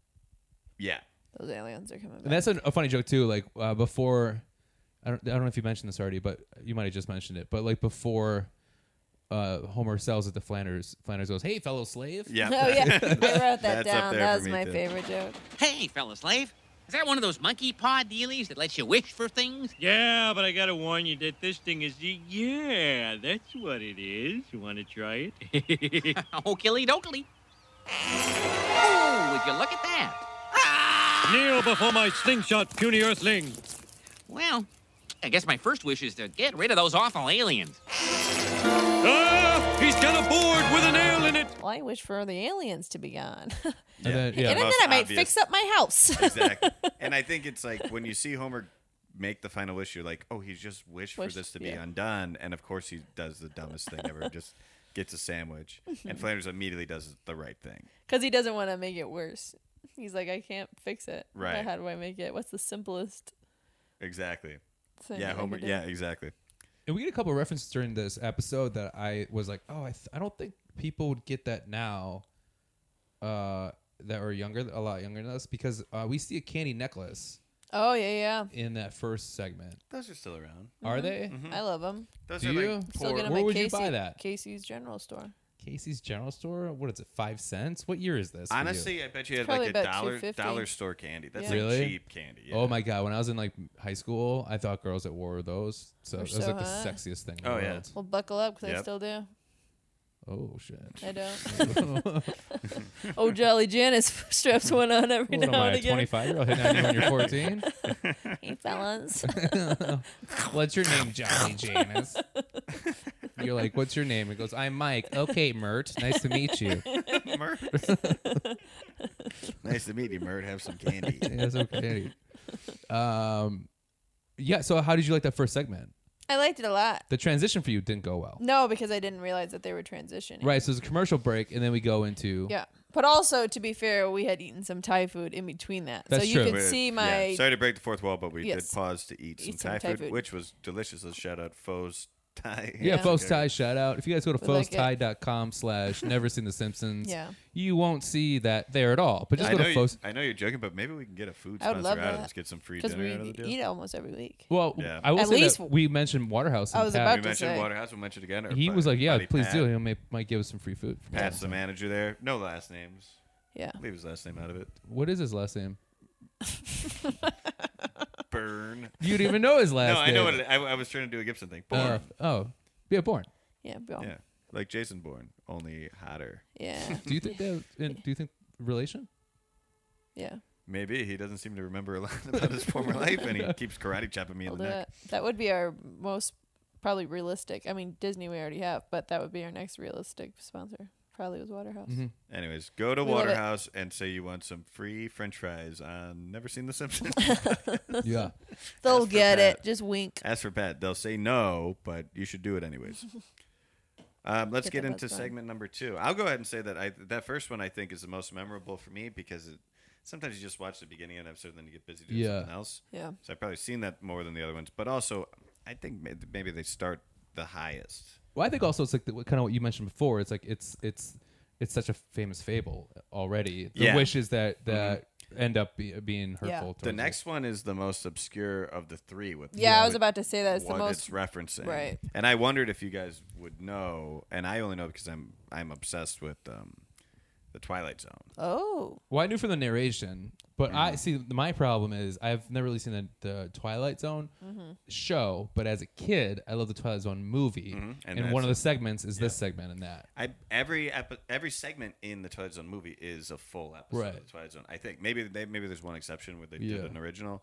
S1: yeah.
S3: Those aliens are coming back.
S2: and that's a, a funny joke too. Like uh, before, I don't, I don't know if you mentioned this already, but you might have just mentioned it. But like before, uh, Homer sells it to Flanders. Flanders goes, "Hey, fellow slave."
S1: Yeah.
S3: oh yeah, I wrote that
S1: That's up
S3: down.
S1: there
S3: That
S1: for
S3: was
S1: me,
S3: my
S1: too.
S3: favorite joke.
S9: Hey, fellow slave, is that one of those monkey paw dealies that lets you wish for things?
S7: Yeah, but I gotta warn you that this thing is. Yeah, that's what it is. You wanna try it?
S9: Oh, killy dokily. Oh, would you look at that?
S7: Kneel before my slingshot, puny earthling.
S9: Well, I guess my first wish is to get rid of those awful aliens.
S7: Ah! He's got a board with a nail in it!
S3: Well, I wish for the aliens to be gone.
S2: And then, yeah.
S3: and then
S1: most
S3: I might
S1: obvious.
S3: fix up my house.
S1: exactly. And I think it's like when you see Homer make the final wish, you're like, oh, he's just wished
S3: Wish-
S1: for this to be
S3: yeah.
S1: undone. And of course, he does the dumbest thing ever. Just gets a sandwich, and Flanders immediately does the right thing.
S3: Because he doesn't want to make it worse. He's like, I can't fix it. But
S1: Right.
S3: How do I make it? What's the simplest
S1: Exactly.
S3: thing? I
S1: yeah,
S3: could
S1: Homer.
S3: do?
S1: Yeah, exactly.
S2: And we get a couple of references during this episode that I was like, oh, I, th- I don't think people would get that now uh, that are younger, a lot younger than us, because uh, we see a candy necklace
S3: Oh, yeah, yeah.
S2: in that first segment.
S1: Those are still around.
S2: Are they?
S3: I love him.
S1: Mm-hmm. Those
S2: Do
S1: are
S2: you?
S1: like
S3: Mm-hmm. Still
S1: poor-
S3: get 'em
S2: Where
S3: at
S2: would you
S3: Casey,
S2: buy that?
S3: Casey's General Store.
S2: Casey's General Store? What is it, five cents? What year is this? for you?
S1: Honestly, I bet you had
S3: Probably
S1: like a
S3: about
S1: dollar
S3: $2.50.
S1: dollar store candy. That's
S3: Yeah.
S1: like
S2: Really?
S1: cheap candy. yeah.
S2: Oh my God. When I was in like high school, I thought girls that wore those. So
S3: Were
S2: it was
S3: so uh,
S2: like
S3: hot.
S2: the sexiest thing in
S1: Oh,
S2: the
S1: yeah.
S2: world.
S3: Well, buckle up because I
S1: Yep.
S3: still do.
S2: Oh, shit.
S3: I don't. oh, Jolly Janice straps one on every
S2: What am
S3: now
S2: I,
S3: and
S2: a
S3: again.
S2: 25 year old hitting on you when you're 14?
S3: Hey, fellas.
S2: What's your name, Johnny Janus? You're like, what's your name? It goes, I'm Mike. Okay, Mert. Nice to meet you.
S1: Mert. nice to meet you, Mert. Have some candy.
S2: That's okay. Um, yeah. So, how did you like that first segment?
S3: I liked it a lot.
S2: The transition for you didn't go well,
S3: No, because I didn't realize that they were transitioning.
S2: right? So, it's a commercial break, and then we go into
S3: Yeah. But also, to be fair, we had eaten some Thai food in between that. so
S2: That's
S3: you
S2: true.
S3: could
S1: But,
S3: see
S1: yeah,
S3: my.
S1: Sorry to break the fourth wall, but we
S3: Yes.
S1: did pause to eat, some, Thai, food, which was delicious. Let's shout out Foe's Thai.
S2: Yeah,
S3: Yeah.
S2: Faux Tie shout out. If you guys go to
S3: We like it.
S2: Foe'sTie.com slash never seen the Simpsons,
S3: Yeah. you
S2: you won't see that there at all. But just
S1: I
S2: go
S1: know,
S2: to
S1: you,
S2: Faux.
S1: I know you're joking, but maybe we can get a food
S3: I would
S1: sponsor
S3: love
S1: out of
S3: that.
S1: this. Get some free
S3: Because
S1: dinner out of
S3: we
S1: the deal.
S3: eat almost every week.
S2: Well,
S1: Yeah.
S2: I will
S3: At
S2: say
S3: least-
S2: that we mentioned Waterhouse.
S3: I
S2: and
S3: was
S2: Pat.
S1: We
S3: about to
S1: mentioned
S3: say.
S1: Waterhouse. We mentioned again. or
S2: He
S1: Pat-
S2: was like, "Yeah,
S1: Buddy
S2: please
S1: Pat.
S2: do. He may, might give us some free food." from
S1: Pat's
S2: Waterhouse.
S1: the manager there. No last names.
S3: Yeah.
S1: Leave his last name out of it.
S2: What is his last name?
S1: Burn.
S2: You didn't even know his last
S1: No,
S2: name.
S1: I know what it, I, I was trying to do a Gibson thing. Born.
S2: Uh, oh, yeah, born.
S3: Yeah. Well,
S1: yeah, like Jason Bourne, only hotter.
S3: yeah.
S2: Do you think that? and Do you think relation?
S3: Yeah.
S1: Maybe he doesn't seem to remember a lot about his former life, and he keeps karate chopping me in
S3: We'll
S1: the
S3: do
S1: neck.
S3: that. That would be our most probably realistic. I mean, Disney we already have, but that would be our next realistic sponsor. Probably was Waterhouse.
S2: Mm-hmm.
S1: Anyways, go to
S3: We love it.
S1: Waterhouse and say you want some free French fries. On Never Seen The Simpsons.
S2: Yeah.
S3: They'll
S1: Ask for
S3: get it.
S1: Pat.
S3: Just wink.
S1: As for Pat, they'll say no, but you should do it anyways. Um, let's get,
S3: Get the
S1: into
S3: buzz going.
S1: segment number two. I'll go ahead and say that I that first one I think is the most memorable for me because it, sometimes you just watch the beginning of an episode and then you get busy doing
S2: Yeah.
S1: something else.
S3: Yeah.
S1: So I've probably seen that more than the other ones, but also I think may- maybe they start the highest.
S2: Well, I think also it's like the, kind of what you mentioned before. It's like it's it's it's such a famous fable already. The
S1: Yeah. Mm-hmm.
S2: wishes that that end up be, being hurtful.
S3: Yeah. The
S2: towards
S1: The
S2: you.
S1: next one is the most obscure of the three. With
S3: Yeah, I was
S1: with-
S3: about to say that it's the
S1: what
S3: most.
S1: it's referencing.
S3: right.
S1: And I wondered if you guys would know, and I only know because I'm I'm obsessed with um, the Twilight Zone.
S3: oh,
S2: Well, I knew from the narration, but
S1: Mm-hmm.
S2: I see my problem is I've never really seen the, the Twilight Zone
S3: Mm-hmm.
S2: show, but as a kid, I love the Twilight Zone movie,
S1: Mm-hmm. And
S2: and, one
S1: that's-
S2: of the segments is this segment and that.
S1: I every epi- every segment in the Twilight Zone movie is a full episode
S2: Right.
S1: of the Twilight Zone. I think maybe they, maybe there's one exception where they
S2: Yeah.
S1: did an original,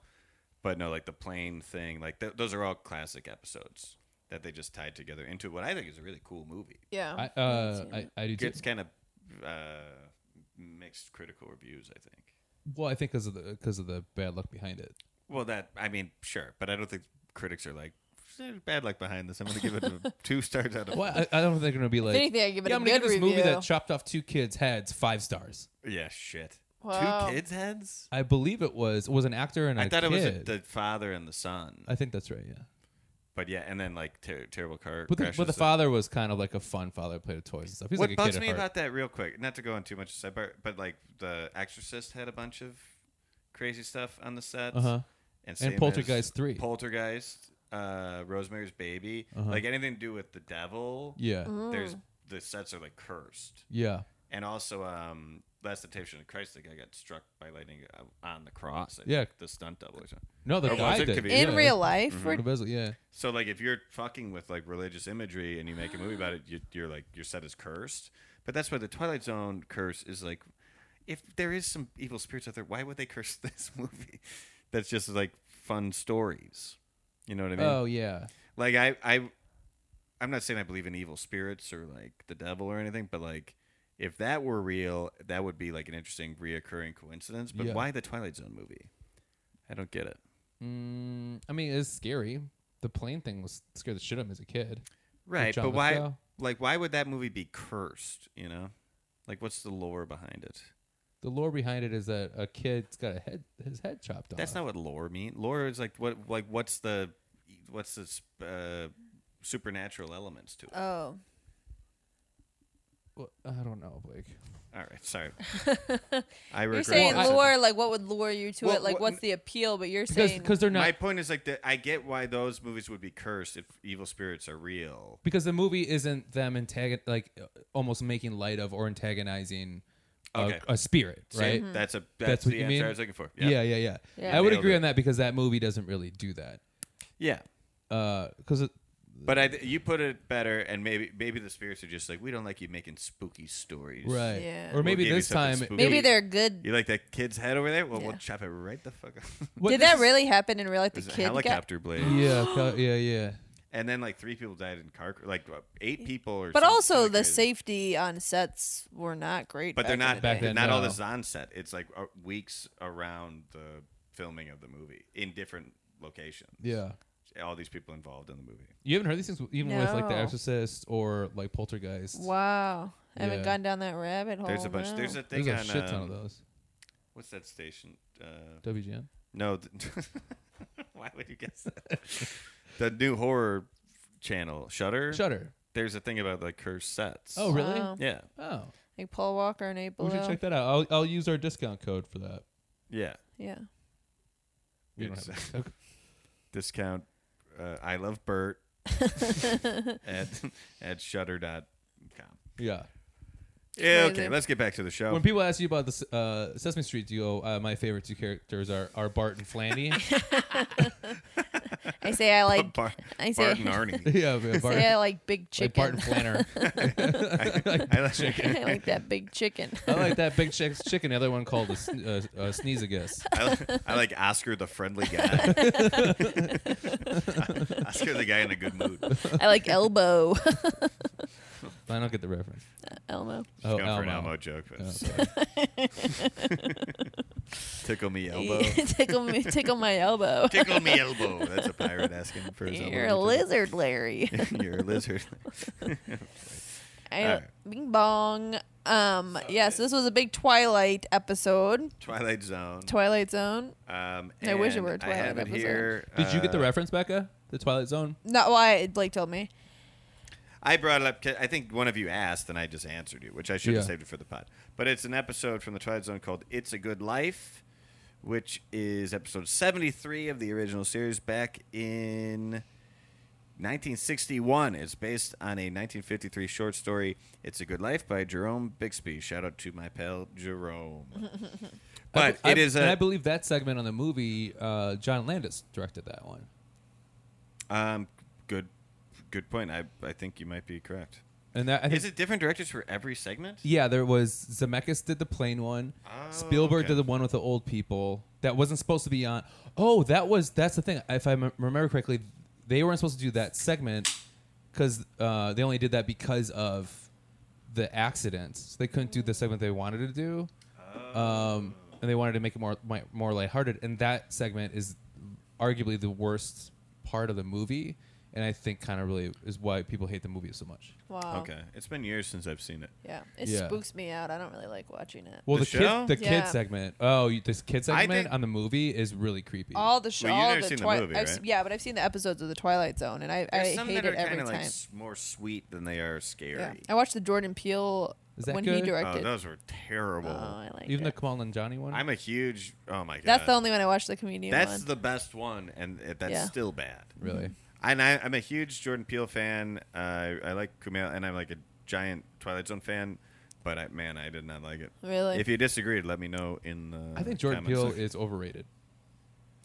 S1: but no, like the plane thing, like th- those are all classic episodes that they just tied together into what I think is a really cool movie.
S3: yeah.
S2: I
S3: Oh, haven't
S2: uh,
S3: seen it.
S2: I, I do
S1: It
S2: too.
S1: gets kind of uh, mixed critical reviews. I think
S2: Well, I think because of the because of the bad luck behind it.
S1: Well, that I mean, sure, but I don't think critics are like "There's bad luck behind this. I'm going to give it a two stars out of
S2: Well, I, I don't think they're gonna be like.
S3: anything, I give it
S2: yeah,
S3: a
S2: I'm gonna
S3: good
S2: give this movie
S3: review."
S2: that chopped off two kids' heads five stars.
S1: yeah, shit.
S3: Wow.
S1: Two kids' heads.
S2: I believe it was it was an actor and a
S1: I thought
S2: kid.
S1: it was a, the father and the son,
S2: I think that's right. Yeah,
S1: but yeah, and then like ter- terrible car
S2: but the,
S1: crashes.
S2: but the
S1: that-
S2: father was kind of like a fun father, played with toys and stuff. He's
S1: what
S2: like a
S1: bugs
S2: kid at
S1: me
S2: heart.
S1: about that, real quick, not to go on too much of a sidebar, but like the Exorcist had a bunch of crazy stuff on the set,
S2: Uh-huh.
S1: and,
S2: And
S1: same
S2: Poltergeist
S1: as
S2: 3.
S1: Poltergeist, uh, Rosemary's Baby, like anything to do with the devil.
S2: Uh-huh. Yeah,
S1: there's the sets are like cursed,
S2: yeah.
S1: and also um, Last Temptation of Christ, the guy got struck by lightning uh, on the cross. I
S2: Yeah.
S1: think, the stunt double or something.
S2: No, the
S1: Or was
S2: guy
S1: it?
S2: did.
S1: Could be.
S3: in
S2: yeah.
S3: real life.
S2: Could have been- Yeah,
S1: So like if you're fucking with like religious imagery and you make a movie about it, you, you're like your set is cursed. But that's why the Twilight Zone curse is like, if there is some evil spirits out there, why would they curse this movie? That's just like fun stories. You know what I mean?
S2: Oh yeah.
S1: Like I I, I'm not saying I believe in evil spirits or like the devil or anything, but like if that were real, that would be like an interesting reoccurring coincidence. But
S2: Yeah.
S1: why the Twilight Zone movie? I don't get it.
S2: Mm, I mean, it's scary. The plane thing was scared the shit out of me as a kid.
S1: Right,
S2: John
S1: but why?
S2: Lithgow.
S1: Like, why would that movie be cursed? You know, like, what's the lore behind it?
S2: The lore behind it is that a kid's got a head, his head chopped off.
S1: That's not what lore means. Lore is like what, like, what's the, what's the sp- uh, supernatural elements to it?
S3: Oh,
S2: Well, I don't know, Blake.
S1: All right, sorry. I regret.
S3: you're
S1: what
S3: saying
S1: I said.
S3: lure, like what would lure you to
S1: Well,
S3: it? Like
S1: what-
S3: what's the appeal? But you're
S2: Because
S3: saying
S2: because they're not
S1: My point is like that. I get why those movies would be cursed if evil spirits are real.
S2: because the movie isn't them antagon like uh, almost making light of or antagonizing a,
S1: Okay.
S2: a spirit,
S1: See,
S2: right?
S1: That's a that's,
S2: That's what
S1: the
S2: you
S1: answer
S2: mean?
S1: I was looking for.
S2: Yeah. yeah, yeah,
S3: Mm-hmm. Yeah.
S2: I would
S1: Nailed
S2: agree
S1: it.
S2: on that because that movie doesn't really do that.
S1: yeah.
S2: Because it
S1: But I, you put it better, and maybe maybe the spirits are just like we don't like you making spooky stories.
S2: right,
S3: Yeah.
S2: or
S1: We'll
S2: maybe
S1: give you
S2: this
S1: something
S2: time.
S1: spooky.
S3: maybe
S1: you-
S3: they're good.
S1: You like that kid's head over there? Well, we'll
S3: Yeah.
S1: chop it right the fuck off.
S2: What-
S3: Did
S2: this
S3: that
S2: is-
S3: really happen in real life? The
S1: There's a
S3: kid got.
S1: helicopter blade.
S2: Yeah, co- yeah, yeah.
S1: And then like three people died in car, cr- like uh, eight people or.
S3: But
S1: some
S3: also
S1: kinda
S3: the
S1: crazy-
S3: safety on sets were not great.
S1: But they're
S3: back in
S1: not
S3: the
S2: Back
S3: day.
S2: then,
S1: not all
S2: no.
S1: this is on set. It's like uh, weeks around the filming of the movie in different locations.
S2: Yeah,
S1: All these people involved in the movie.
S2: you haven't heard these things even with like The
S3: No.
S2: Exorcist or like Poltergeist.
S3: Wow, I haven't
S2: Yeah.
S3: gone down that rabbit hole.
S1: There's a bunch.
S3: Oh, no.
S1: There's a thing
S2: There's a
S1: on.
S2: shit ton
S1: um,
S2: of those.
S1: What's that station? Uh,
S2: WGN.
S1: No. th- Why would you guess that? the new horror channel, Shutter.
S2: Shutter.
S1: There's a thing about like cursed sets.
S2: Oh, really?
S3: Wow.
S1: Yeah.
S2: Oh,
S3: like Paul Walker and Eight
S2: we
S3: Below.
S2: should check that out. I'll, I'll use our discount code for that.
S1: Yeah.
S3: Yeah,
S2: We don't have a
S1: It's-
S2: discount code.
S1: discount uh, I love Bert at at shutter.com.
S2: Yeah.
S1: Yeah, okay,
S3: Amazing.
S1: let's get back to the show.
S2: When people ask you about the uh, Sesame Street, you go, uh, "My favorite two characters are, are Bart and Flandy."
S3: I say I like.
S1: Bar-
S3: I say,
S1: Bart and Arnie.
S2: yeah, yeah, Bart,
S3: say I like big
S2: like
S3: chicken.
S2: Bart and Flanner.
S1: I like,
S3: I like that big chicken.
S2: I like that big chick, chicken. The other one called a, sn- uh, uh, sneezegus.
S1: I, like, I like Oscar the friendly guy. Oscar the guy in a good mood.
S3: I like elbow.
S2: I don't get the reference.
S3: Elmo.
S2: Oh,
S1: Going for an
S2: Elmo. Oh,
S1: Elmo joke. But uh, Tickle me elbow.
S3: tickle me, tickle my elbow.
S1: Tickle me elbow. That's a pirate asking for his
S3: You're a
S1: elbow.
S3: lizard, Larry.
S1: You're a lizard.
S3: I,
S1: All right.
S3: Bing bong. Um. yeah. So this was a big Twilight episode.
S1: Twilight Zone.
S3: Twilight Zone.
S1: Um,
S3: I wish it
S1: and
S3: were a
S1: I have
S3: Twilight
S1: it
S3: episode.
S1: here.
S2: Did you get the
S1: uh,
S2: reference, Becca? The Twilight Zone.
S3: Not why Blake told me.
S1: I brought it up. 'cause I think one of you asked, and I just answered you, which I should have
S2: Yeah.
S1: saved it for the pod. But it's an episode from the Twilight Zone called "It's a Good Life," which is episode seventy-three of the original series back in. 1961 It's based on a 1953 short story, It's a Good Life by Jerome Bixby. Shout out to my pal Jerome. but
S2: I,
S1: it is
S2: and I
S1: a
S2: believe that segment on the movie, uh, John Landis directed that one.
S1: um, good good point. I, I think you might be correct.
S2: And that I think
S1: Is it different directors for every segment?
S2: Yeah, there was Zemeckis did the plain one.
S1: Oh,
S2: Spielberg
S1: okay.
S2: did the one with the old people that wasn't supposed to be on. Oh, that was that's the thing. If I m- remember correctly, they weren't supposed to do that segment because uh, they only did that because of the accidents. they couldn't do the segment they wanted to do. Um, and they wanted to make it more mi- more lighthearted. And that segment is arguably the worst part of the movie, and I think kind of really is why people hate the movie so much.
S3: Wow.
S1: Okay, it's been years since I've seen it.
S3: Yeah. It
S2: Yeah.
S3: spooks me out. I don't really like watching it.
S2: Well,
S1: The
S2: the,
S1: show?
S2: kid the
S3: Yeah.
S2: kid segment. Oh, you, this kid
S1: I
S2: segment
S1: think-
S2: on the movie is really creepy.
S3: all the show,
S1: Well, you've
S3: all
S1: never
S3: the,
S1: seen the
S3: twi-
S1: movie,
S3: I've s-
S1: right?
S3: yeah, but I've seen the episodes of the Twilight Zone, and I, I
S1: There's some
S3: hate
S1: that are
S3: it every
S1: kinda,
S3: time.
S1: like s- more sweet than they are scary.
S3: yeah. I watched the Jordan Peele
S2: Is that
S3: when he
S2: good? Oh,
S1: oh,
S3: directed.
S1: those were terrible.
S3: Oh, I like
S2: Even the
S3: it.
S2: Kamal and Johnny one.
S1: I'm a huge. Oh my god.
S3: That's the only one I watched the comedian
S1: That's
S3: one.
S1: the best one, and it- that's
S3: Yeah.
S1: still bad.
S2: really.
S1: And I, I'm a huge Jordan Peele fan. Uh, I, I like Kumail, and I'm like a giant Twilight Zone fan. But I, man, I did not like it.
S3: Really?
S1: If you disagreed, let me know in the.
S2: I think Jordan
S1: comment
S2: Peele
S1: section.
S2: is overrated.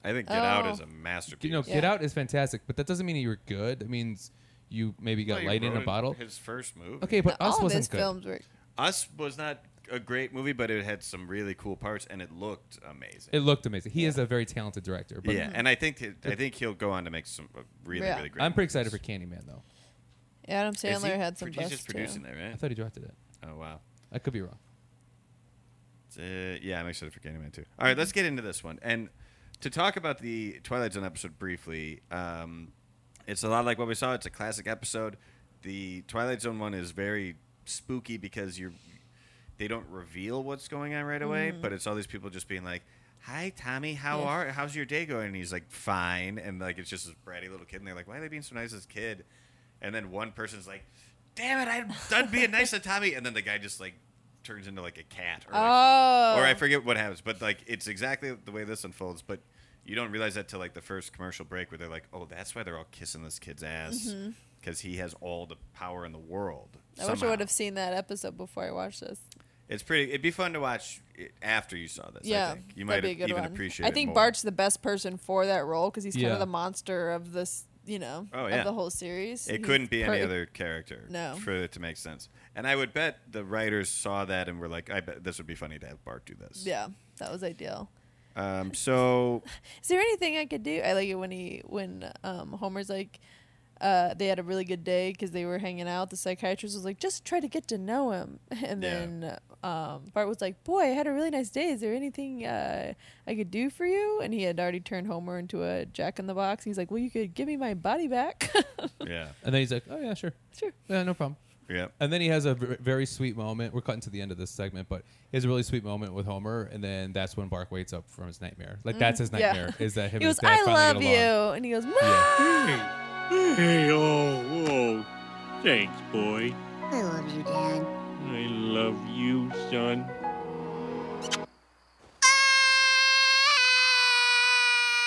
S1: I think Get Out
S3: Oh.
S1: is a masterpiece.
S2: You know, Get
S3: Yeah.
S2: Out is fantastic, but that doesn't mean you were good. It means you maybe got
S1: Well, he
S2: light in a
S1: wrote
S2: bottle.
S1: His first movie.
S2: Okay, but Us
S3: all of
S2: wasn't
S3: his
S2: good.
S3: films were.
S1: Us was not a great movie, but it had some really cool parts, and it looked amazing.
S2: It looked amazing. He is a very talented director. But
S1: yeah, and I think he- I think he'll go on to make some uh, really
S3: Yeah.
S1: really great.
S2: I'm pretty excited for
S1: movies.
S2: Candyman though.
S3: Adam
S1: Is he
S3: Sandler had some
S1: produ- He's
S3: busts
S1: just producing
S3: too.
S1: that,
S2: I
S1: right?
S2: thought he directed it.
S1: Oh wow.
S2: I could be wrong.
S1: Uh, yeah, I'm excited for Candyman too. All right, let's get into this one. And to talk about the Twilight Zone episode briefly, um, it's a lot like what we saw. It's a classic episode. The Twilight Zone one is very spooky because you're they don't reveal what's going on right away,
S3: Mm-hmm.
S1: but it's all these people just being like, "Hi, Tommy, how
S3: Yeah.
S1: are? How's your day going?" And he's like, "Fine," and like it's just this bratty little kid, and they're like, "Why are they being so nice to this kid?" And then one person's like, "Damn it, I'm done being nice to Tommy," and then the guy just like turns into like a cat or like,
S3: Oh.
S1: or I forget what happens, but like it's exactly the way this unfolds. But you don't realize that till like the first commercial break where they're like, "Oh, that's why they're all kissing this kid's ass because he has all the power in the world."
S3: Mm-hmm. I wish I would
S1: somehow."
S3: have seen that episode before I watched this.
S1: It's pretty. It'd be fun to watch it after you saw this.
S3: yeah,
S1: I think. you
S3: that'd
S1: might
S3: be a good
S1: even
S3: one.
S1: appreciate.
S3: I
S1: it
S3: think
S1: more.
S3: Bart's the best person for that role because he's kind
S2: Yeah.
S3: of the monster of this, you know,
S1: Oh,
S3: of
S1: yeah.
S3: the whole series.
S1: It
S3: He's
S1: couldn't be any
S3: per-
S1: other character.
S3: No.
S1: for it to make sense. And I would bet the writers saw that and were like, "I bet this would be funny to have Bart do this."
S3: Yeah, that was ideal.
S1: Um. So
S3: Is there anything I could do? I like it when he when um, Homer's like, uh, they had a really good day because they were hanging out. The psychiatrist was like, just try to get to know him, and
S1: Yeah.
S3: then um, Bart was like, boy, I had a really nice day. Is there anything uh, I could do for you? And he had already turned Homer into a Jack in the Box. He's like, well, you could give me my body back.
S1: yeah,
S2: And then he's like, "Oh yeah, sure,
S3: Sure.
S2: yeah, no problem."
S1: yeah.
S2: And then he has a v- very sweet moment. We're cutting to the end of this segment, but he has a really sweet moment with Homer, and then that's when Bark wakes up from his nightmare. Like that's his nightmare. Is that him?
S3: Mm,
S2: and
S3: He
S2: his
S3: goes,
S2: dad
S3: I
S2: finally
S3: love you,
S2: get along.
S3: and he goes, Mom.
S7: Hey, oh, whoa. Thanks, boy.
S5: I love you, Dad.
S7: I love you, son.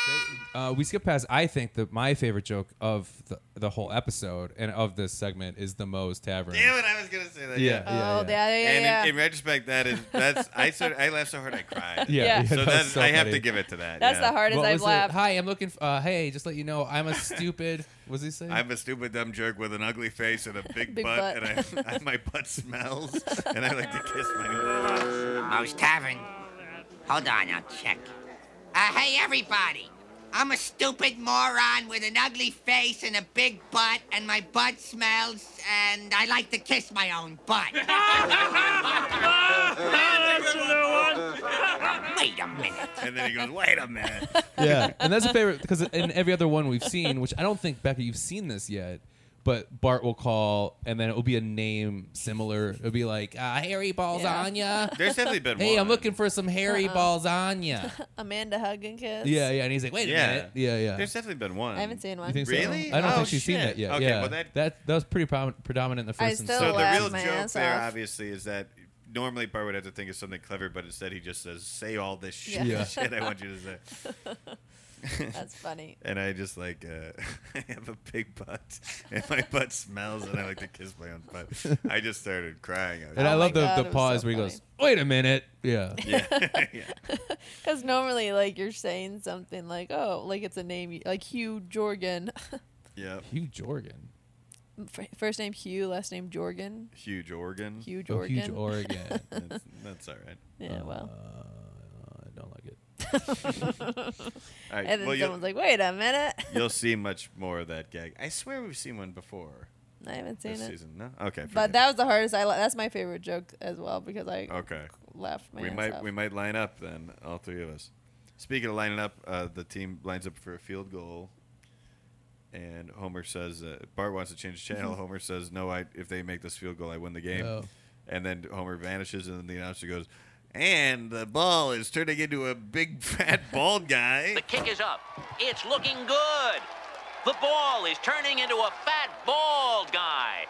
S2: They- Uh, we skip past. I think that my favorite joke of the, the whole episode and of this segment is the Moe's Tavern.
S1: Damn it! I was gonna say that.
S2: Yeah.
S3: Oh, yeah, yeah, yeah.
S1: and In, in retrospect, that is that's I sort I laughed so hard I cried.
S2: Yeah,
S3: Yeah.
S2: yeah,
S1: So
S2: that
S1: that,
S2: was so
S1: I have
S2: funny.
S1: to give it to that.
S3: That's
S1: yeah.
S3: the hardest
S2: What
S3: I've
S2: was it?
S3: laughed.
S2: Hi, I'm looking. For, uh, hey, just let you know, I'm a stupid. Was he saying?
S1: I'm a stupid dumb jerk with an ugly face and a big,
S3: Big
S1: butt,
S3: butt.
S1: and I, I, my butt smells, and I like to kiss my own butt.
S8: Moe's Tavern. Hold on, I'll check. Uh, hey, everybody. I'm a stupid moron with an ugly face and a big butt, and my butt smells, and I like to kiss my own butt. Wait a minute.
S1: And then he goes, "Wait a minute."
S2: yeah, and that's a favorite because in every other one we've seen, which I don't think Becca you've seen this yet, but Bart will call and then it will be a name similar. It'll be like uh, Harry Balzania.
S1: There's definitely been
S2: Hey,
S1: one.
S2: I'm looking for some Harry Balzania.
S3: Amanda Hug and Kiss.
S2: yeah, yeah, and he's like, wait a
S1: Yeah.
S2: minute. Yeah, yeah.
S1: There's definitely been one.
S3: I haven't seen one.
S2: you think so?
S1: Really?
S2: I don't
S1: Oh,
S2: think she's seen
S1: shit.
S2: that yet.
S1: Okay,
S2: yeah,
S1: well, that-
S2: that that was pretty prom- predominant in the
S3: I
S2: first. and
S3: still
S2: second.
S1: So the
S3: laugh
S1: real
S3: my
S1: joke
S3: ass
S1: there,
S3: off.
S1: obviously, is that normally Bart would have to think of something clever, but instead he just says, "Say all this shit,
S2: Yeah. Yeah.
S1: shit I want you to say."
S3: That's funny.
S1: And I just like uh, I have a big butt, and my butt smells, and I like to kiss my own butt. I just started crying. I was
S2: and I
S1: like,
S2: love the,
S3: Oh God, it
S2: the
S3: was
S2: pause
S3: so
S2: where he
S3: funny.
S2: goes, "Wait a minute." Yeah,
S1: yeah, yeah.
S3: Because normally, like, you're saying something like, oh, like it's a name, you- like Hugh Jorgen.
S1: yeah,
S2: Hugh Jorgen.
S3: F- First name Hugh, last name Jorgen.
S1: huge organ.
S3: Hugh
S2: Oh,
S3: Jorgen.
S2: Huge Oregon.
S1: That's, that's all right.
S3: Yeah,
S2: oh,
S3: well.
S2: Uh, I don't like it.
S1: All right.
S3: And then
S1: well, you'll,
S3: someone's like, wait a minute.
S1: you'll see much more of that gag. I swear we've seen one before
S3: I haven't seen
S1: this
S3: it.
S1: season. No, okay. forget
S3: But that was the hardest. I la- That's my favorite joke as well because I
S1: it. okay.
S3: left. My
S1: we
S3: ass
S1: might
S3: off.
S1: we might line up then, all three of us. Speaking of lining up, uh, the team lines up for a field goal, and Homer says uh, Bart wants to change the channel. Homer says, "No, I if they make this field goal, I win the game."
S2: No.
S1: And then Homer vanishes, and then the announcer goes, "And the ball is turning into a big fat bald guy."
S10: The kick is up. It's looking good. The ball is turning into a fat bald guy.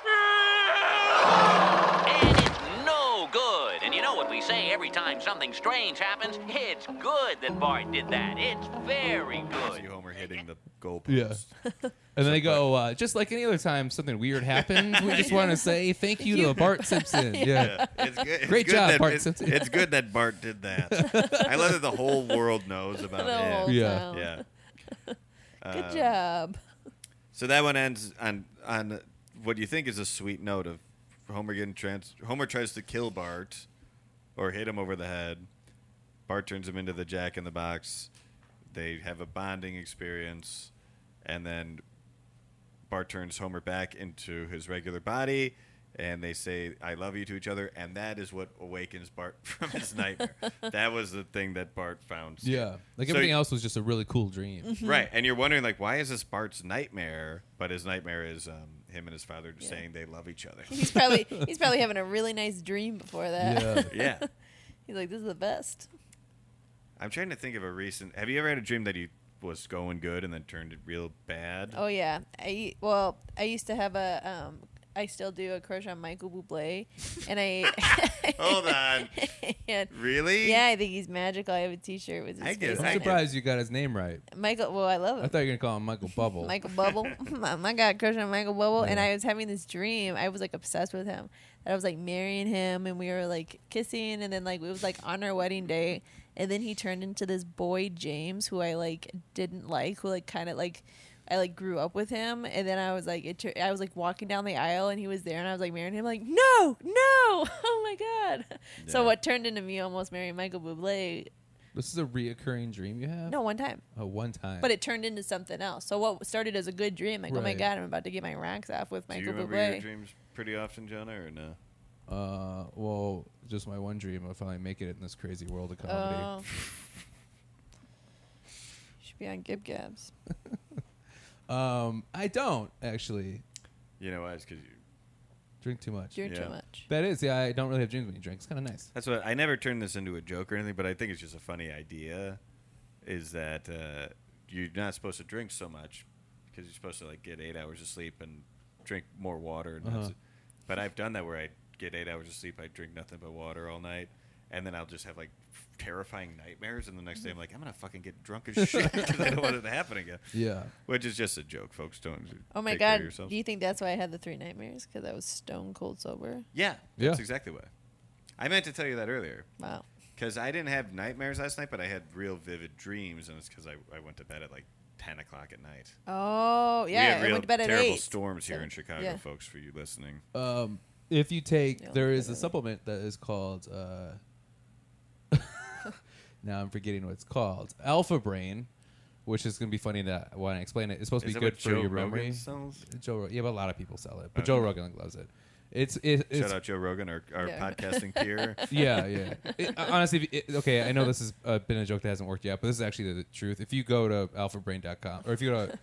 S10: And it's no good. And you know what we say every time something strange happens? It's good that Bart did that. It's very
S1: I see
S10: good.
S1: Homer hitting the goalpost.
S2: Yeah. And they go, uh, just like any other time something weird happened, we just want to say thank you to Bart Simpson. Yeah.
S1: Yeah, it's good. It's
S2: Great
S1: good
S2: job,
S1: that,
S2: Bart
S1: It's,
S2: Simpson.
S1: it's good that Bart did that. I love that the whole world knows about
S3: The
S1: him.
S3: whole
S2: Yeah.
S3: town.
S1: Yeah. um, Uh,
S3: Good job.
S1: So that one ends on on what you think is a sweet note of Homer getting trans. Homer tries to kill Bart, or hit him over the head. Bart turns him into the Jack in the Box. They have a bonding experience, and then Bart turns Homer back into his regular body. And they say "I love you" to each other, and that is what awakens Bart from his nightmare. that was the thing that Bart found. scary.
S2: Yeah. Like
S1: So-
S2: everything else was just a really cool dream.
S1: Right, and you're wondering like, why is this Bart's nightmare? But his nightmare is um, him and his father saying they love each other.
S3: He's probably he's probably having a really nice dream before that.
S2: yeah.
S1: yeah,
S3: he's like, this is the best.
S1: I'm trying to think of a recent. Have you ever had a dream that you was going good and then turned it real bad?
S3: Oh yeah. I well, I used to have a um I still do a crush on Michael Bublé and I
S1: Hold on,
S3: and
S1: Oh, really?
S3: yeah, I think he's magical. I have a t-shirt with his
S1: I get
S3: face.
S1: it.
S2: I'm
S1: I-
S2: surprised you got his name right.
S3: Michael, well, I love
S2: I
S3: him.
S2: thought you were going to call him Michael Bubble.
S3: Michael Bubble. I got a crush on Michael Bubble, and
S2: Yeah.
S3: I was having this dream. I was like obsessed with him. That I was like marrying him, and we were like kissing, and then like it was like on our wedding day, and then he turned into this boy James, who I like didn't like, who like kind of like. I like grew up with him, and then I was like, it tur- I was like walking down the aisle, and he was there, and I was like marrying him, like no, no, oh my god! So
S1: Yeah.
S3: what turned into me almost marrying Michael Bublé?
S2: This is a reoccurring dream you have?
S3: No, one time.
S2: Oh, one time.
S3: But it turned into something else. So what started as a good dream, like oh my
S2: Right.
S3: god, I'm about to get my rocks off with
S1: Do you
S3: Michael
S1: remember your
S3: Bublé.
S1: dreams pretty often, Jonah, or no?
S2: Uh, well, just my one dream of finally making it in this crazy world of comedy.
S3: Oh, should be on Gib Gabs. Oh.
S2: Um, I don't actually
S1: You know why? It's because you.
S2: drink too much.
S3: You're
S1: Yeah.
S3: too much.
S2: that is, yeah, I don't really have dreams when you drink. It's kind of nice.
S1: That's what I never turned this into a joke or anything, but I think it's just a funny idea. Is that uh, you're not supposed to drink so much because you're supposed to like get eight hours of sleep and drink more water. And that's
S2: Uh-huh.
S1: it. But I've done that where I get eight hours of sleep, I drink nothing but water all night, and then I'll just have like f- terrifying nightmares. And the next day, I'm like, I'm gonna fucking get drunk as shit because I don't want it to happen again.
S2: Yeah.
S1: Which is just a joke, folks. Don't.
S3: Oh my
S1: take care of
S3: god,
S1: yourselves.
S3: do you think that's why I had the three nightmares? Because I was stone cold sober.
S1: Yeah,
S2: Yeah.
S1: that's exactly why. I meant to tell you that earlier,
S3: Wow.
S1: Because I didn't have nightmares last night, but I had real vivid dreams, and it's because I, I went to bed at like 10 o'clock at night.
S3: Oh yeah,
S1: we had real
S3: I went to bed at
S1: terrible
S3: eight.
S1: storms here
S3: So-
S1: in Chicago,
S3: yeah.
S1: folks, for you listening.
S2: Um, if you take,
S3: Yeah,
S2: there
S3: like
S2: is a
S3: that early.
S2: supplement that is called. Uh, now I'm forgetting what it's called. Alpha Brain, which is going to be funny to when I explain it. It's supposed
S1: Is that
S2: to be good
S1: what
S2: for
S1: Joe
S2: your
S1: Rogan
S2: memory.
S1: sells?
S2: Joe, Rog- yeah, but a lot of people sell it, but
S1: Okay.
S2: Joe Rogan like, loves it. It's it, it's
S1: Shout out Joe Rogan, our, our
S3: Yeah.
S1: podcasting peer.
S2: yeah, yeah. It- uh, honestly, if you- it, okay, I know this has uh, been a joke that hasn't worked yet, but this is actually the truth. If you go to alphabrain.com or if you go to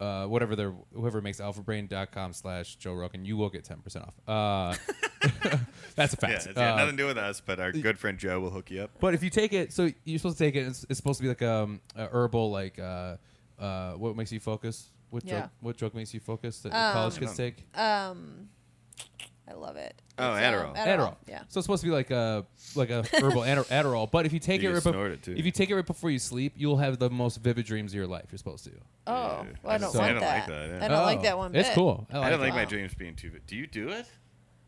S2: uh, whatever their whoever makes alphabrain.com slash Joe Rogan, you will get 10% off. Uh, that's a
S1: Yeah,
S2: fact.
S1: it's got
S2: Uh,
S1: nothing to do with us, but our good friend Joe will hook you up.
S2: but if you take it, so you're supposed to take it, it's, it's supposed to be like um, a herbal, like uh, uh, what makes you focus? What,
S3: Yeah.
S2: drug, what drug makes you focus that
S3: Um,
S2: college kids take?
S3: Um, I love it.
S1: Oh,
S3: It's, um,
S1: Adderall.
S2: Adderall.
S3: Yeah.
S2: So it's supposed to be like a like a herbal Adder- Adderall, but if you take
S1: You
S2: it,
S1: can
S2: right bef-
S1: snort it, too.
S2: if you take it right before you sleep, you'll have the most vivid dreams of your life. You're supposed to.
S3: Oh,
S1: Yeah.
S3: well, I don't
S2: So- I
S3: want
S1: don't like
S3: that.
S1: that, yeah.
S3: I don't like
S2: Oh,
S3: that one.
S2: It's
S3: bit.
S2: cool. I, like
S1: I don't like
S2: it.
S1: my
S3: Wow.
S1: dreams being too. vi- Do you do it?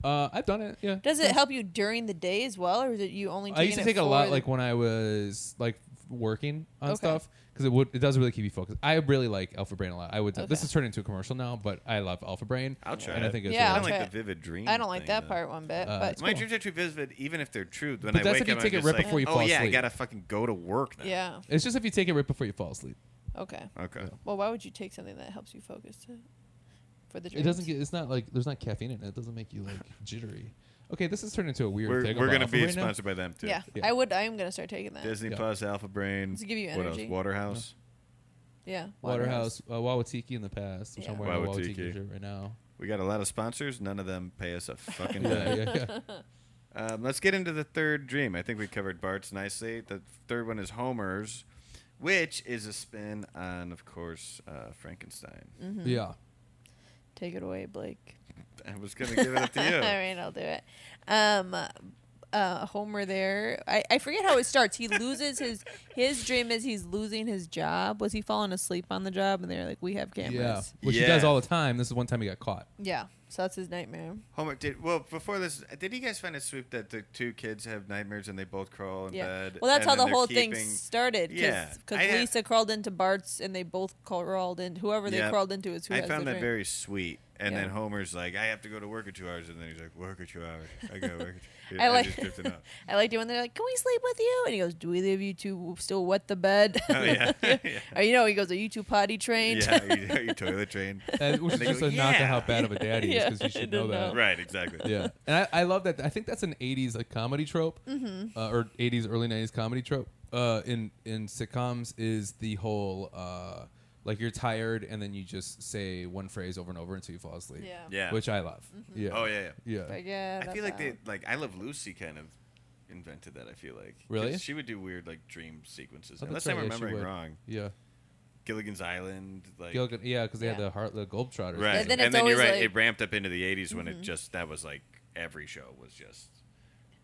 S2: Uh, I've done it. Yeah.
S3: Does it help you during the day as well, or is it you only?
S2: I used to
S3: taking
S2: take
S3: it
S2: a lot
S3: for
S2: like
S3: the-
S2: when I was like working on
S3: Okay.
S2: stuff because it would it does really keep you focused. I really like Alpha Brain a lot. I would. This
S3: Okay.
S2: is turning into a commercial now, but I love Alpha Brain.
S1: I'll try
S2: And I
S1: it.
S2: think it's
S3: Yeah,
S1: I don't
S2: really-
S3: I'll try
S1: like
S3: it.
S1: the vivid dream.
S3: I don't like
S1: thing,
S3: that
S1: though.
S3: part one bit.
S2: Uh,
S3: but
S2: it's
S1: My
S2: cool.
S1: dreams are too vivid, even if they're true. When
S2: But
S1: I
S2: that's
S1: wake
S2: if you
S1: up, I'm
S2: take it
S1: just
S2: right
S1: like,
S2: before you
S1: oh
S2: fall
S1: yeah, I
S2: asleep."
S1: gotta fucking go to work now.
S3: yeah.
S2: It's just if you take it right before you fall asleep.
S3: Okay.
S1: Okay.
S3: Well, why would you take something that helps you focus to, for the dreams?
S2: It doesn't get. It's not like there's not caffeine in it. It doesn't make you like jittery. Okay, this has turned into a weird
S1: We're-
S2: thing.
S1: we're
S2: about
S1: gonna
S2: Alpha
S1: be
S2: right now.
S1: sponsored by them, too.
S3: Yeah, I would. I am gonna start taking that.
S1: Disney
S2: Yeah.
S1: Plus, Alpha Brain.
S3: Does it give you
S1: What
S3: energy?
S1: else? Waterhouse.
S3: Yeah,
S2: Waterhouse, uh, Wawatiki in the past, which
S3: Yeah.
S2: I'm wearing a Wawatiki
S1: Wawatiki.
S2: shirt right now.
S1: We got a lot of sponsors. None of them pay us a fucking
S2: Yeah,
S1: dime.
S2: yeah,
S1: Um, let's get into the third dream. I think we covered Bart's nicely. The third one is Homer's, which is a spin on, of course, uh, Frankenstein.
S3: Mhm.
S2: Yeah.
S3: Take it away, Blake.
S1: I was gonna give it up to you.
S3: All right, I'll do it. Um, uh, Homer there. I, I forget how it starts. He loses his his dream is he's losing his job. Was he falling asleep on the job? And they're like, we have
S2: Yeah,
S3: cameras.
S2: which he
S1: Yeah.
S2: does all the time. This is one time he got caught.
S3: Yeah. So that's his nightmare.
S1: Homer did well before this. Did you guys find it sweet that the two kids have nightmares and they both crawl in
S3: Yeah.
S1: bed?
S3: well, that's
S1: and
S3: how
S1: then
S3: the
S1: they're
S3: whole thing
S1: keeping-
S3: started.
S1: Yeah,
S3: Because
S1: I had-
S3: Lisa crawled into Bart's and they both crawled in. Whoever they
S1: Yep.
S3: crawled into is who
S1: I
S3: has
S1: found
S3: the
S1: that
S3: dream.
S1: very sweet. And
S3: Yeah.
S1: then Homer's like, I have to go to work in two hours, and then he's like, work in two hours. I go work. in two-"
S3: I like
S1: just drifted out.
S3: I liked it when they're like, "Can we sleep with you?" And he goes, "Do either of you two still wet the bed?"
S1: Oh, yeah. Yeah.
S3: Or, you know, he goes, "Are you two potty trained?"
S1: Yeah, are you, are you toilet trained?
S2: And, which is
S1: They go,
S2: just a knock on how
S1: "Yeah."
S2: bad of a daddy he
S3: Yeah,
S2: is because
S3: I
S2: you should know
S3: didn't
S2: that.
S1: Right, exactly.
S2: Yeah, and I, I love that. I think that's an '80s like comedy trope,
S3: Mhm.
S2: uh, or '80s early '90s comedy trope. Uh, in in sitcoms, is the whole uh, like you're tired and then you just say one phrase over and over until you fall asleep.
S3: Yeah. Mm-hmm.
S1: Yeah.
S2: which I love. Yeah.
S1: Oh yeah, yeah.
S2: yeah.
S3: But yeah,
S1: I feel
S3: that's
S1: like they
S3: out.
S1: like I Love Lucy kind of invented that. I feel like 'Cause
S2: Really?
S1: she would do weird like dream sequences.
S2: Oh,
S1: Unless
S2: that's right,
S1: I'm
S2: yeah, she
S1: remembering
S2: would.
S1: wrong,
S2: Yeah,
S1: Gilligan's Island, like
S2: Gilligan, yeah, because they had
S3: Yeah.
S2: the heart, the Globetrotters.
S1: right.
S3: And then it's
S1: and then you're
S3: always
S1: right.
S3: like- Mm-hmm.
S1: it ramped up into the '80s when it just that was like every show was just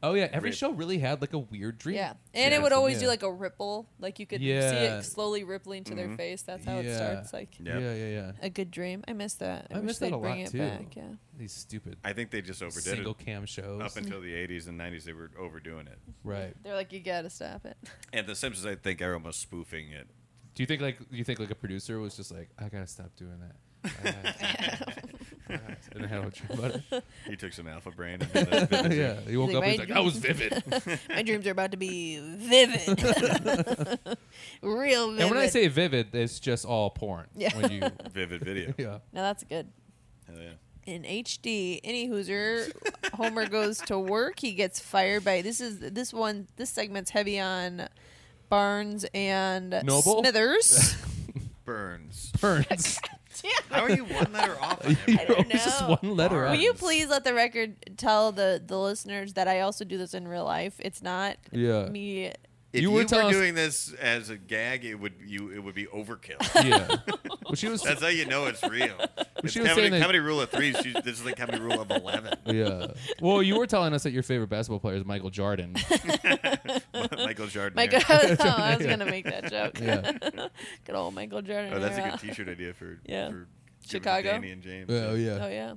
S2: Oh yeah, every
S1: Rip.
S2: show really had like a weird dream.
S3: Yeah, and it would
S2: sequence,
S3: always do
S2: yeah.
S3: like a ripple, like you could see
S2: Yeah.
S3: it slowly rippling to their
S1: Mhm.
S3: face. That's how it
S2: Yeah.
S3: starts, like
S1: Yep.
S2: Yeah, yeah, yeah.
S3: a good dream. I miss that. I,
S2: I
S3: wish
S2: miss
S3: they'd
S2: that a
S3: bring
S2: lot
S3: it
S2: too.
S3: back. Yeah,
S2: These stupid
S1: I think they just overdid
S2: single
S1: it.
S2: cam shows.
S1: Up until the 80s and 90s, they were overdoing it.
S2: right.
S3: they're like, you gotta stop it.
S1: And The Simpsons, I think, are almost spoofing it.
S2: Do you think like you think like a producer was just like, I gotta stop doing that. I gotta stop doing that." and I had no dream about it.
S1: He took some alpha brain. And did that vivid
S2: yeah, he woke
S3: Like,
S2: up and he's
S3: my
S2: like, I was vivid.
S3: My dreams are about to be vivid, real vivid.
S2: and when I say vivid, it's just all porn.
S3: Yeah.
S2: When you,
S1: vivid video.
S2: yeah.
S3: now that's good.
S1: Hell yeah.
S3: in HD. Any Hoosier, Homer goes to work. He gets fired by this is this one. This segment's heavy on Barnes and
S2: Noble?
S3: Smithers.
S1: Burns.
S2: Burns.
S1: How are you one letter off on
S2: You
S1: everything?
S2: know, Just
S3: know.
S2: one letter.
S1: Will
S2: out.
S3: Will you
S1: Barnes.
S3: please let the record tell the the listeners that I also do this in real life? It's not
S2: Yeah.
S3: me.
S1: If
S2: You
S1: you
S2: were
S1: were,
S2: telling us-
S1: doing this as a gag, it would you it would be overkill.
S2: Yeah. But she was.
S1: That's how you know it's real. It's
S2: she was
S1: comedy,
S2: saying that-
S1: comedy rule of three. She, this is like comedy rule of eleven.
S2: yeah. Well, you were telling us that your favorite basketball player is Michael Jordan.
S1: Michael Jordan.
S3: Michael, oh, I was gonna make that joke.
S2: Yeah.
S3: good old Michael Jordan.
S1: Oh, that's a
S3: era.
S1: good T-shirt idea for
S3: Yeah.
S1: for giving to
S3: Chicago.
S1: Danny and James.
S2: Oh
S3: Oh
S2: yeah.
S3: yeah,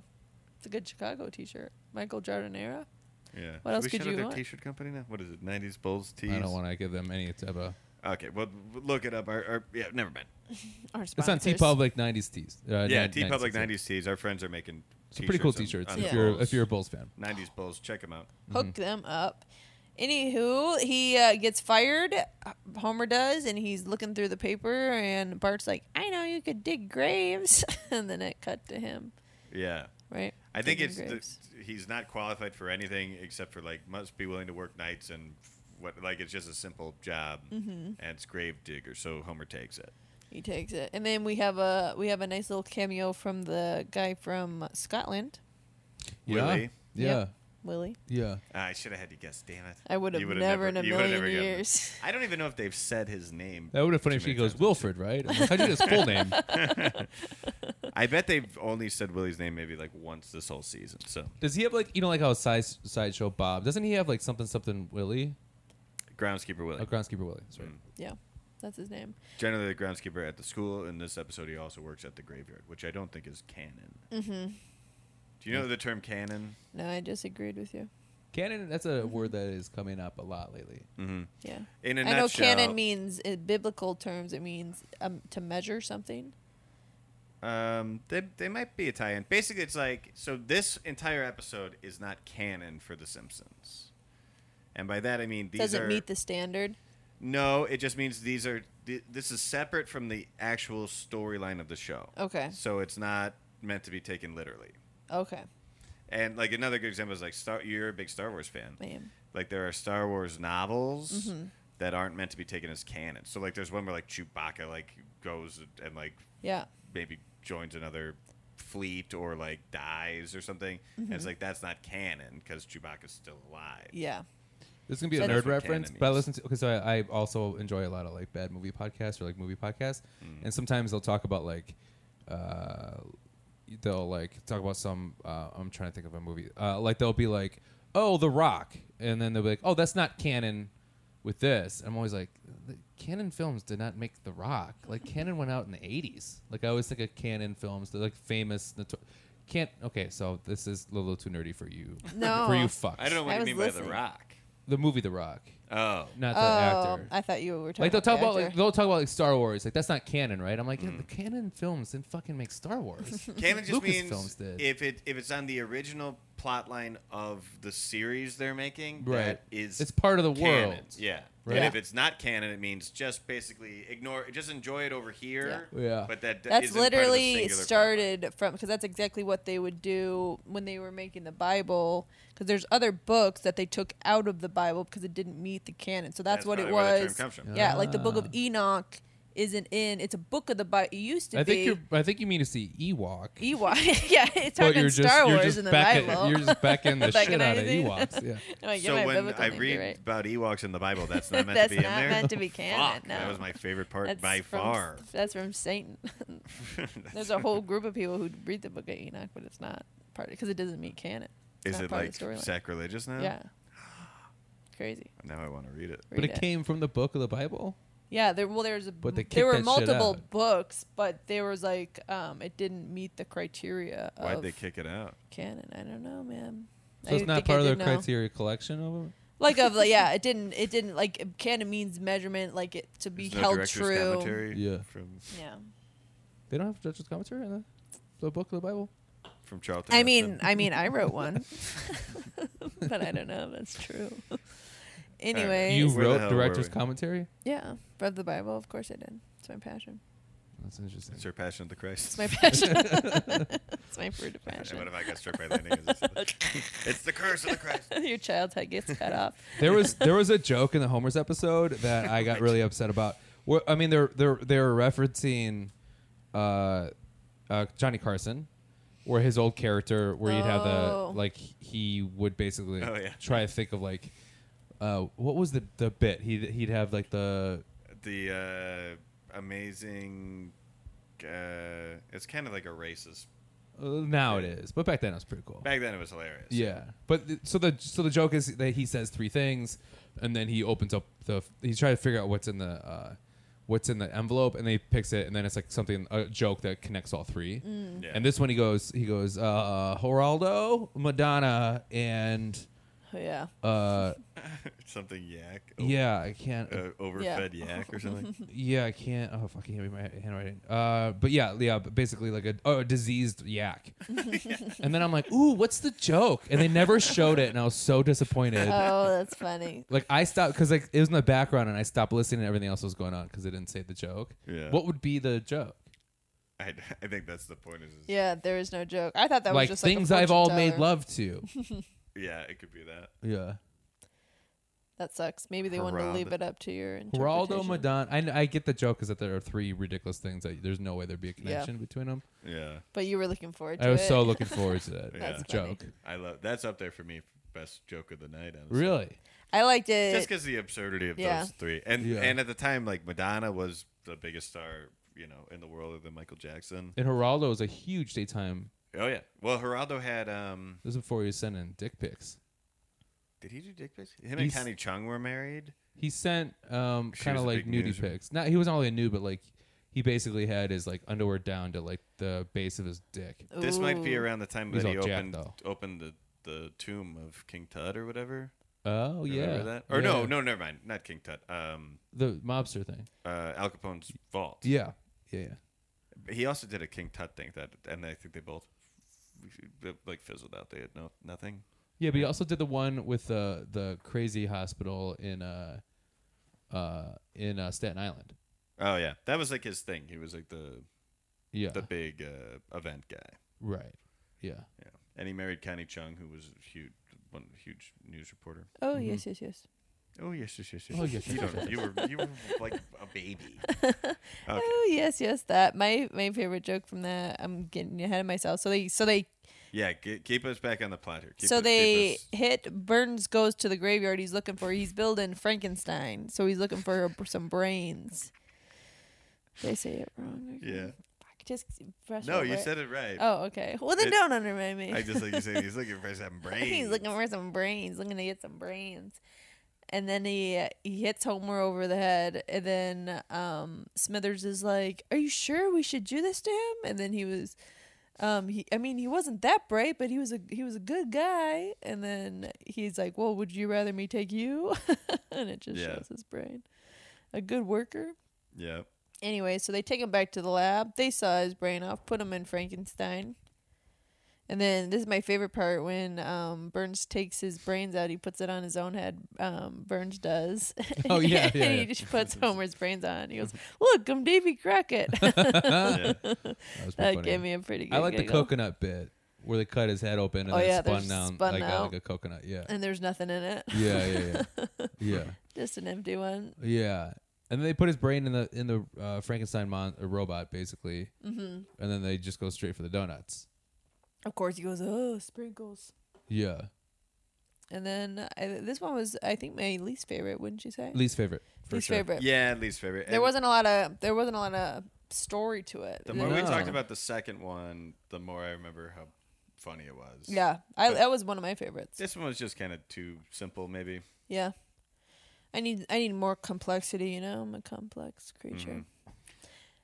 S3: it's a good Chicago T-shirt. Michael Jordan era.
S1: yeah.
S3: What else
S1: Should we
S3: could
S1: shout out
S3: you
S1: their
S3: want?
S1: T-shirt company now? What is it? Nineties Bulls tees.
S2: I don't want to give them any type of.
S1: Okay, well look it up. Our, our yeah, never mind.
S3: Our
S2: It's on T
S3: sponsors.
S2: Public '90s tees. Uh,
S1: yeah,
S2: nin-
S1: T Public
S2: 90s.
S1: nineties tees. Our friends are making.
S2: It's pretty cool
S1: on-
S2: T-shirts.
S1: on
S2: If
S1: the
S2: you're
S1: Bulls.
S2: if you're a Bulls fan.
S1: 90s Bulls. Check them out.
S3: hook
S2: Mm-hmm.
S3: them up. Anywho, he uh, gets fired. uh, Homer does, and he's looking through the paper, and Bart's like, "I know you could dig graves," and then it cut to him.
S1: Yeah.
S3: Right?
S1: I think it's
S3: Digging
S1: the,
S3: graves.
S1: he's not qualified for anything except for like must be willing to work nights and what like it's just a simple job
S3: Mm-hmm.
S1: and it's grave digger. So Homer takes it.
S3: he takes it, and then we have a we have a nice little cameo from the guy from Scotland,
S2: Yeah.
S1: Willie.
S2: Yeah.
S3: Yep. Willie.
S2: Yeah.
S1: Ah, I should have had you guess. Damn it!
S3: I would have
S1: You would've
S3: never in a
S1: you would've
S3: million
S1: never gotten it.
S3: years.
S1: I don't even know if they've said his name.
S2: That would have been funny
S1: too
S2: if she
S1: many
S2: goes
S1: times.
S2: Wilfred, right? I'm like, How'd you get his full name?
S1: I bet they've only said Willie's name maybe like once this whole season. So
S2: Does he have like you know like how size sideshow Bob? Doesn't he have like something something Willie?
S1: groundskeeper Willie.
S2: Oh, groundskeeper Willie. That's right.
S3: Yeah, that's his name.
S1: Generally, the groundskeeper at the school. In this episode, he also works at the graveyard, which I don't think is canon. Mm-hmm. Do you know the term canon?
S3: No, I just agreed with you.
S2: Canon. That's a word that is coming up a lot lately.
S3: Yeah.
S1: In a
S3: I know
S1: nutshell,
S3: canon means in biblical terms it means um, to measure something.
S1: Um, they, they might be a tie-in. Basically, it's like so. This entire episode is not canon for The Simpsons, and by that I mean these
S3: Doesn't
S1: are
S3: meet the standard.
S1: no. It just means these are th- this is separate from the actual storyline of the show.
S3: Okay.
S1: So it's not meant to be taken literally.
S3: Okay.
S1: And like another good example is like Star. You're a big Star Wars fan.
S3: I am.
S1: Like there are Star Wars novels
S3: Mhm.
S1: that aren't meant to be taken as canon. So like there's one where like Chewbacca like goes and like
S3: Yeah.
S1: maybe joins another fleet or like dies or something. And
S3: Mhm.
S1: it's like that's not canon because Chewbacca's still alive.
S3: Yeah.
S2: This is gonna be a
S3: So
S2: nerd
S3: that's-
S2: reference, but I listen to okay. So I, I also enjoy a lot of like bad movie podcasts or like movie podcasts,
S1: Mm.
S2: and sometimes they'll talk about like, uh, they'll like talk about some. Uh, I'm trying to think of a movie. Uh, like they'll be like, oh, The Rock, and then they'll be like, oh, that's not canon with this. And I'm always like, the canon films did not make The Rock. Like canon went out in the '80s. Like I always think of canon films. They're like famous. Noto- can't okay. So this is a little too nerdy for you.
S3: No.
S2: for you fucks.
S1: I don't know what
S3: I
S1: you
S3: was
S1: mean by
S3: listening.
S1: the Rock.
S2: The movie The Rock.
S1: Oh.
S2: Not the
S3: oh,
S2: actor.
S3: I thought you were
S2: Like
S3: talking
S2: they'll
S3: about the
S2: talk about like
S3: actor.
S2: they'll talk about like Star Wars. Like that's not canon, right? I'm like, yeah, the canon films didn't fucking make Star Wars.
S1: Mm. Canon just
S2: Lucas
S1: means
S2: films did.
S1: if it if it's on the original plot line of the series they're making,
S2: Right.
S1: that is
S2: It's part of the
S1: canon.
S2: world.
S1: Yeah.
S2: Right.
S1: And
S2: Yeah.
S1: if it's not canon, it means just basically ignore, just enjoy it over here.
S2: Yeah. Yeah.
S1: But that d-
S3: That's
S1: isn't part of the
S3: literally
S1: singular plot line.
S3: started from because that's exactly what they would do when they were making the Bible. Because there's other books that they took out of the Bible because it didn't meet the canon. So that's,
S1: That's
S3: what it
S1: probably where the term
S3: was.
S1: comes from.
S3: Yeah, like the Book
S2: Ah.
S3: of Enoch isn't in. It's a book of the Bible. It used to
S2: I think
S3: be
S2: you I think you mean to see Ewok.
S3: Ewok. yeah, it's
S2: But
S3: talking
S2: you're just-
S3: Star
S2: you're
S3: Wars
S2: just
S3: in the
S2: back in-
S3: Bible.
S2: you're just back in the
S3: Back
S2: shit outta
S3: anything.
S2: Ewoks, yeah.
S3: I'm like,
S1: So
S3: yeah, my
S1: when
S3: biblical
S1: I
S3: name, Oh, you're
S1: read
S3: right.
S1: about Ewoks in the Bible, that's not meant
S3: That's
S1: to be
S3: not
S1: in there.
S3: meant to be canon,
S1: Fuck, That
S3: no.
S1: was my favorite part
S3: That's
S1: by
S3: from,
S1: far.
S3: That's from Satan. There's a whole group of people who read the Book of Enoch, but it's not part because it doesn't meet canon. It's
S1: Is
S3: not
S1: it
S3: part
S1: like
S3: of the storyline.
S1: sacrilegious now?
S3: Yeah. Crazy.
S1: Now I want to read it.
S2: But
S3: read
S2: it
S3: it.
S2: came from the book of the Bible.
S3: Yeah, there well there's a
S2: But they
S3: there
S2: kicked
S3: were
S2: that shit
S3: multiple
S2: out.
S3: books, but there was like um it didn't meet the criteria of
S1: Why'd they kick it out?
S3: canon. I don't know, man.
S2: So
S3: I
S2: it's not
S3: think I
S2: part of
S3: did
S2: their
S3: know.
S2: criteria collection of them.
S3: Like of like, yeah, it didn't it didn't like canon means measurement like it to be
S1: There's no
S3: held
S1: director's
S3: true.
S1: commentary
S2: Yeah.
S1: From
S3: Yeah.
S2: They don't have judges commentary in the, the book of the Bible.
S1: from Charlton.
S3: I
S1: Heston.
S3: mean, I mean, I wrote one, but I don't know if that's true. anyway,
S2: you
S1: Where the
S2: wrote
S1: hell were
S2: director's
S1: we?
S2: commentary.
S3: yeah, read the Bible. Of course, I did. It's my passion.
S2: That's interesting.
S1: it's her passion of the Christ.
S3: It's my passion. it's my fruit of passion.
S1: What if I got struck by lightning? Is this- it's the curse of the Christ.
S3: Your child's head gets cut off.
S2: there was there was a joke in the Homer's episode that I got really upset about. Where, I mean, they're they're they're referencing uh, uh, Johnny Carson, where his old character, where you'd have the
S3: Oh.
S2: like he would basically
S1: Oh, yeah.
S2: try to think of like uh, what was the the bit he would he'd have like the
S1: The uh, amazing. Uh, it's kind of like a racist.
S2: uh, now it is, but back then it was pretty cool.
S1: Back then it was hilarious.
S2: Yeah, but th- so the so the joke is that he says three things, and then he opens up the he's trying to figure out what's in the uh, what's in the envelope, and then he picks it, and then it's like something a joke that connects all three.
S1: Yeah.
S2: And this one he goes he goes uh, Geraldo, Madonna, and
S3: Oh, yeah.
S2: uh,
S1: Something yak. o-
S2: yeah I can't
S1: Uh, overfed yak or something.
S2: yeah I can't oh fucking can't read my handwriting. Uh, but yeah yeah but basically like a, oh, a diseased yak, and then I'm like ooh what's the joke? And they never showed it, and I was so disappointed.
S3: Oh, that's funny.
S2: Like I stopped because like it was in the background and I stopped listening and everything else was going on because it didn't say the joke.
S1: Yeah.
S2: What would be the joke?
S1: I, I think that's the point. Is, is yeah.
S3: Yeah, there is no joke. I thought that
S2: like
S3: was just
S2: things
S3: like a
S2: I've
S3: fortune
S2: all
S3: teller.
S2: made love to.
S1: it could be that.
S2: yeah.
S3: That sucks. Maybe they wanted to leave
S1: Geraldo.
S3: it up to your
S2: Geraldo
S3: interpretation.
S2: Madonna. I, kn- I get the joke is that there are three ridiculous things that there's no way there'd be a connection between them.
S1: Yeah.
S3: But you were looking forward to
S2: I was
S3: it.
S2: so looking forward to that
S1: That's
S3: funny.
S2: joke.
S1: I love that's up there for me. Best joke of the night. Honestly.
S2: Really?
S3: I liked it.
S1: Just because the absurdity of
S3: Yeah.
S1: those three, and
S2: Yeah.
S1: and at the time, like Madonna was the biggest star, you know, in the world other than Michael Jackson.
S2: And Geraldo is a huge daytime.
S1: Oh yeah. Well, Geraldo had um.
S2: This is before he was sending dick pics.
S1: Did he do dick pics? Him and
S2: He's-
S1: Connie Chung were married.
S2: He sent um
S1: She
S2: kind of
S1: was a
S2: like
S1: big
S2: nudie
S1: news-
S2: pics. Not he wasn't only a nude, but like he basically had his like underwear down to like the base of his dick.
S1: This might be
S3: Ooh.
S1: around the time
S2: He's
S1: that he
S2: all jacked,
S1: opened
S2: though.
S1: opened the, the tomb of King Tut or whatever.
S2: Oh
S1: Remember
S2: yeah.
S1: that? Or
S2: Yeah.
S1: no, no, never mind. Not King Tut. Um,
S2: the mobster thing.
S1: uh, Al Capone's vault.
S2: Yeah, yeah, yeah.
S1: He also did a King Tut thing that, and I think they both like fizzled out. They had no nothing.
S2: Yeah, but he also did the one with the the crazy hospital in uh, uh, in uh, Staten Island.
S1: Oh yeah, that was like his thing. He was like the
S2: Yeah,
S1: the big uh, event guy.
S2: right. Yeah.
S1: Yeah. And he married Connie Chung, who was a huge, one huge news reporter.
S3: Oh yes,
S2: Mm-hmm.
S3: yes, yes.
S1: Oh yes, yes, yes, yes.
S2: Oh,
S1: yes
S2: yes,
S1: you,
S2: yes,
S1: don't, know.
S2: yes,
S1: you
S2: yes.
S1: were you were like a baby. Okay.
S3: Oh yes, yes. That my my favorite joke from that. I'm getting ahead of myself. So they so they
S1: Yeah, ge- keep us back on the plot here. Keep
S3: so
S1: it- keep
S3: they
S1: us-
S3: hit Burns goes to the graveyard. He's looking for he's building Frankenstein. So he's looking for some brains. Did I say it wrong?
S1: yeah.
S3: Fuck, Just brush
S1: No,
S3: over
S1: you said it right.
S3: Oh okay. Well then
S1: It-
S3: don't undermine me.
S1: I just like you saying he's looking for some brains.
S3: He's looking for some brains, looking to get some brains. And then he he hits Homer over the head, and then um, Smithers is like, "Are you sure we should do this to him?" And then he was, um, he I mean he wasn't that bright, but he was a he was a good guy. And then he's like, "Well, would you rather me take you?" and it just
S1: Yeah.
S3: shows his brain, a good worker.
S1: Yeah.
S3: Anyway, so they take him back to the lab. They saw his brain off, put him in Frankenstein. And then this is my favorite part when um, Burns takes his brains out, he puts it on his own head. Um, Burns does.
S2: Oh, yeah, yeah,
S3: and he
S2: yeah.
S3: just puts Homer's brains on. He goes, "Look, I'm Davy Crockett."
S2: That was pretty
S3: That
S2: funny.
S3: gave me a pretty good.
S2: I like the
S3: giggle.
S2: coconut bit where they cut his head open and
S3: Oh,
S2: then
S3: yeah,
S2: spun
S3: there's
S2: down
S3: spun
S2: like, A,
S3: out.
S2: like a coconut. Yeah.
S3: And there's nothing in it.
S2: Yeah, yeah, yeah. yeah.
S3: just an empty one.
S2: Yeah. And then they put his brain in the in the uh, Frankenstein mon- uh, robot basically.
S3: Mhm.
S2: And then they just go straight for the donuts.
S3: Of course, he goes, "Oh, sprinkles."
S2: Yeah.
S3: And then I, this one was, I think, my least favorite. Wouldn't you say?
S2: Least favorite. For
S3: Least
S2: sure.
S3: favorite.
S1: Yeah, least favorite.
S3: There
S1: And
S3: wasn't a lot of there wasn't a lot of story to it.
S1: The more we
S2: No.
S1: talked about the second one, the more I remember how funny it was.
S3: Yeah, I
S1: But
S3: that was one of my favorites.
S1: This one was just kind of too simple, maybe.
S3: Yeah, I need I need more complexity. You know, I'm a complex creature.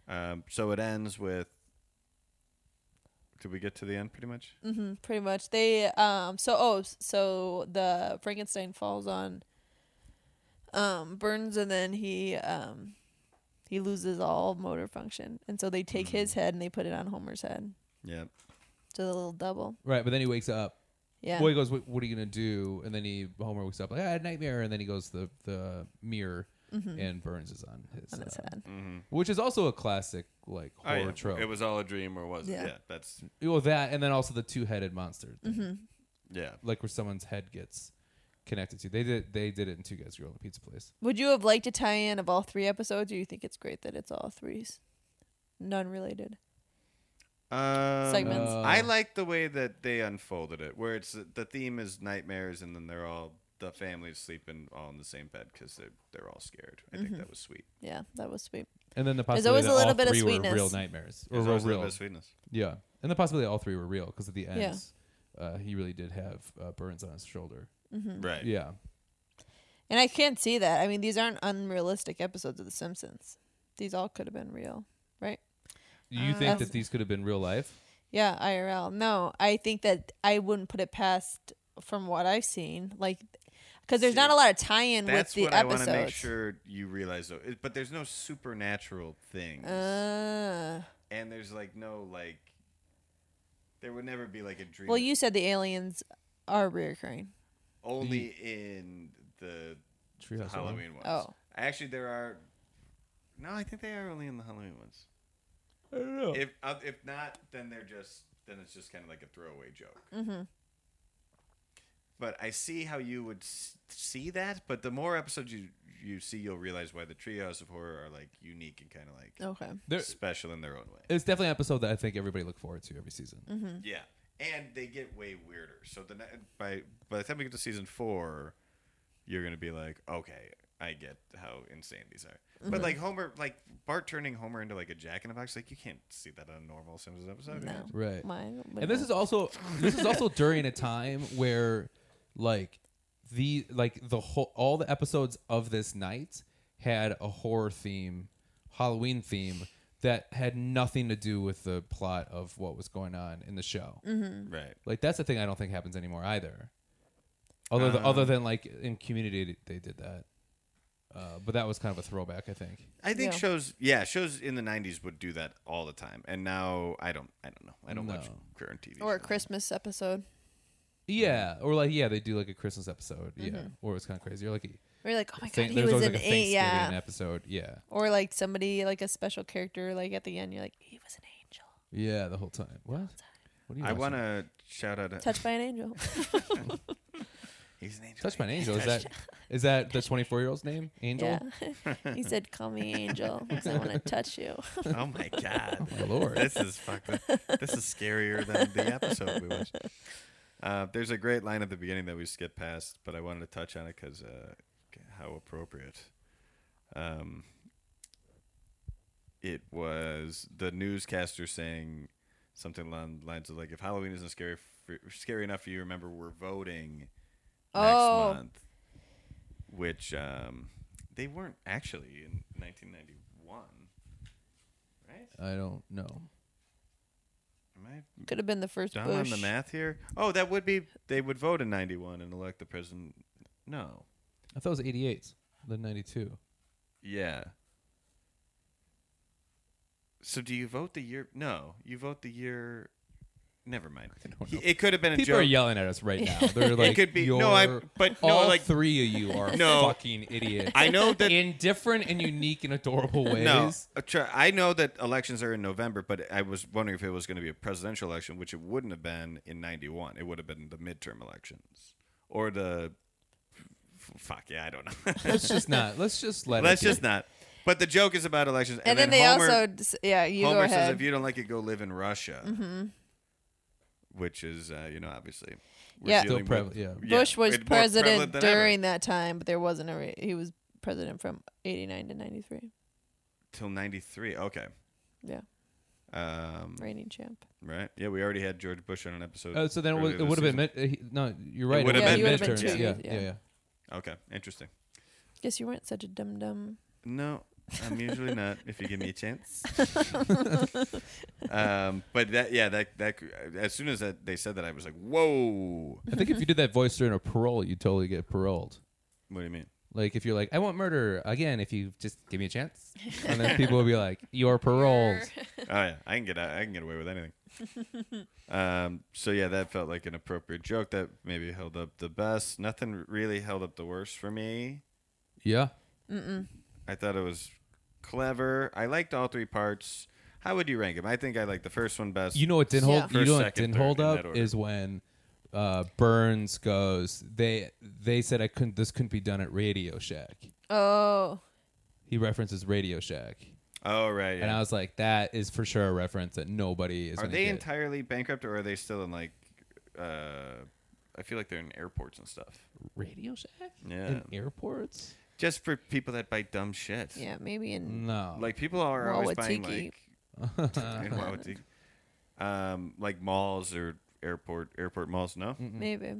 S1: Um, so it ends with. Did we get to the end pretty much?
S3: hmm pretty much, they um. So oh, s- so the Frankenstein falls on um Burns, and then he um he loses all motor function, and so they take
S1: Mm.
S3: his head and they put it on Homer's head.
S1: Yeah.
S3: So the little double.
S2: Right, but then he wakes up.
S3: Yeah.
S2: Well, he goes, "What what are you gonna do?" And then he Homer wakes up like, "I had a nightmare," and then he goes to the the mirror, and Burns is on his,
S3: Mm-hmm. On his
S2: uh,
S3: head.
S2: which is also a classic like
S1: Oh,
S2: horror
S1: yeah.
S2: trope.
S1: It was all a dream, or was it?
S3: Yeah.
S1: Yeah, that's
S2: well, that and then also the two headed monster, thing,
S3: Mm-hmm.
S1: yeah.
S2: like where someone's head gets connected to. They did they did it in Two Guys Girl in a Pizza Place.
S3: Would you have liked to tie in of all three episodes, or you think it's great that it's all threes, none related?
S1: Um,
S3: Segments.
S1: I like the way that they unfolded it, where it's the theme is nightmares, and then they're all the families sleeping all in the same bed because they're they're all scared. I
S3: Mm-hmm.
S1: think that was sweet.
S3: Yeah, that was sweet.
S2: And then the
S3: There's
S2: possibility
S3: always
S2: that
S3: a little
S2: all
S3: bit of
S2: three
S3: sweetness.
S2: were real nightmares or
S1: There's
S2: were
S1: always a little
S2: real,
S1: bit of sweetness.
S2: yeah, and the possibility all three were real because at the end,
S3: Yeah.
S2: uh, he really did have uh, burns on his shoulder.
S3: Mm-hmm.
S1: Right.
S2: Yeah,
S3: And I can't see that. I mean, these aren't unrealistic episodes of The Simpsons. These all could have been real, right?
S2: Do you think
S3: Uh, that's-
S2: that these could have been real life?
S3: Yeah, IRL. No, I think that I wouldn't put it past from what I've seen, like, because there's not a lot of tie-in with
S1: That's
S3: the
S1: what I want
S3: episodes.
S1: to make sure you realize, though. It- But there's no supernatural things,
S3: Uh,
S1: and there's like no like. There would never be like a dream.
S3: well, you said the aliens are reoccurring.
S1: only in the
S2: Treehouse
S1: Halloween ones.
S3: Oh.
S1: actually, there are. No, I think they are only in the Halloween ones.
S2: I don't know.
S1: If uh, if not, then they're just then it's just kind of like a throwaway joke. But I see how you would s- see that. But the more episodes you you see, you'll realize why the Treehouse of Horror are like unique and kind of like
S3: Okay.
S2: There,
S1: special in their own way.
S2: it's definitely an episode that I think everybody look forward to every season.
S1: Yeah, and they get way weirder. So the ne- by by the time we get to season four, you're gonna be like, okay, I get how insane these are. But like Homer, like Bart turning Homer into like a Jack in a Box, like you can't see that on a normal Simpsons episode.
S3: No.
S2: Right.
S3: Mine.
S2: And this is also this is also during a time where like the like the whole all the episodes of this night had a horror theme, Halloween theme that had nothing to do with the plot of what was going on in the show.
S1: Right.
S2: Like that's the thing I don't think happens anymore either. Other th- other than like in Community they did that, uh, but that was kind of a throwback, I think.
S1: I think
S3: Yeah.
S1: shows, yeah, shows in the '90s would do that all the time, and now I don't, I don't know, I don't watch
S2: No.
S1: current TV.
S3: or a
S1: shows.
S3: Christmas episode.
S2: Yeah, or like yeah, they do like a Christmas episode. Yeah, or it's kind of crazy. Or like, a
S3: We're like, oh Mm-hmm. my god,
S2: thank-
S3: he
S2: there's
S3: was
S2: always
S3: in
S2: like a
S3: eight.
S2: Thanksgiving
S3: Yeah.
S2: episode. Yeah,
S3: or like somebody like a special character like at the end you're like he was an angel
S2: yeah, the whole time. What? What are you
S1: I
S2: watching?
S1: want to shout out. A,
S3: Touched by an angel.
S1: He's an angel.
S2: Touched by an angel. Is that is that the 24 year old's name? Angel.
S3: Yeah. he said, "Call me Angel because I want to touch you."
S1: Oh my god!
S2: Oh my lord.
S1: This is fucking. This is scarier than the episode we watched. Uh, there's a great line at the beginning that we skipped past, but I wanted to touch on it because uh, how appropriate. Um, it was the newscaster saying something along the lines of like, "If Halloween isn't scary, for, scary enough for you, remember we're voting
S3: Oh.
S1: next month." Which um, they weren't actually in 1991, right?
S2: I don't know.
S1: Am I
S3: Could have been the first
S1: dumb
S3: Bush.
S1: on the math here? Oh, that would be they would vote in 91 and elect the president. No.
S2: I thought it was 88, then 92.
S1: Yeah. So do you vote the year? No, you vote the year. Never mind. He- It could have been a
S2: People
S1: joke.
S2: are yelling at us right now. They're like,
S1: could be-
S2: You're,
S1: no, I- but no,
S2: all
S1: like-
S2: three of you are
S1: No.
S2: fucking idiots.
S1: I know that-
S2: in different and unique and adorable ways.
S1: No, uh, try- I know that elections are in November, but I was wondering if it was going to be a presidential election, which it wouldn't have been in '91. It would have been the midterm elections or the f- fuck yeah, I don't know.
S2: Let's just not. Let's just let.
S1: Let's
S2: it be.
S1: just not. But the joke is about elections, and,
S3: and then, they
S1: Homer,
S3: also, dis- yeah, you
S1: Homer
S3: go
S1: says,
S3: ahead.
S1: "If you don't like it, go live in Russia,"
S3: Mhm.
S1: which is uh, you know obviously we're
S3: Yeah. Still
S1: dealing with-
S2: prevalent, yeah.
S3: Bush was
S1: it's more
S3: president
S1: prevalent than ever.
S3: during that time, but there wasn't a. Re- he was president from '89 to '93.
S1: till '93. Okay.
S3: Yeah,
S1: Um,
S3: reigning champ.
S1: Right. Yeah, we already had George Bush on an episode.
S2: Oh, so then it, would-
S1: earlier
S2: it
S1: this
S2: would have been.
S1: season.
S2: Mid- uh, he- no, you're right.
S1: would have
S2: would've
S1: been
S2: been
S1: midterms,
S2: midterms.
S1: yeah.
S2: yeah, yeah. yeah.
S1: Okay, interesting.
S3: Guess you weren't such a dum dum.
S1: No, I'm usually not. If you give me a chance. um, but that, yeah, that that as soon as that they said that, I was like, whoa.
S2: I think if you did that voice during a parole, you totally get paroled.
S1: What do you mean?
S2: Like if you're like, I want murder again. If you just give me a chance, and then people will be like, you're paroled.
S1: Oh yeah, I can get out- I can get away with anything. Um, so yeah, that felt like an appropriate joke that maybe held up the best. Nothing really held up the worst for me.
S2: Yeah.
S1: I thought it was clever. I liked all three parts. How would you rank them? I think I like the first one best.
S2: You know what didn't
S3: Yeah.
S2: hold.
S1: First,
S2: you know what
S1: second,
S2: didn't
S1: third,
S2: hold
S1: in that
S2: up
S1: order.
S2: is when uh, Burns goes. They they said I couldn't. This couldn't be done at Radio Shack.
S3: Oh,
S2: He references Radio Shack,
S1: Oh right.
S2: and
S1: yeah.
S2: I was like, that is for sure a reference that nobody is.
S1: Are
S2: gonna
S1: they
S2: get.
S1: entirely bankrupt or are they still in like? Uh, I feel like they're in airports and stuff.
S2: Radio Shack?
S1: Yeah.
S2: In airports?
S1: Just for people that buy dumb shit.
S3: yeah, maybe in
S2: No.
S1: Like people are always buying
S3: Wawatiki.
S1: like. in Wawatiki. Um, like malls or airport airport malls. No,
S3: maybe.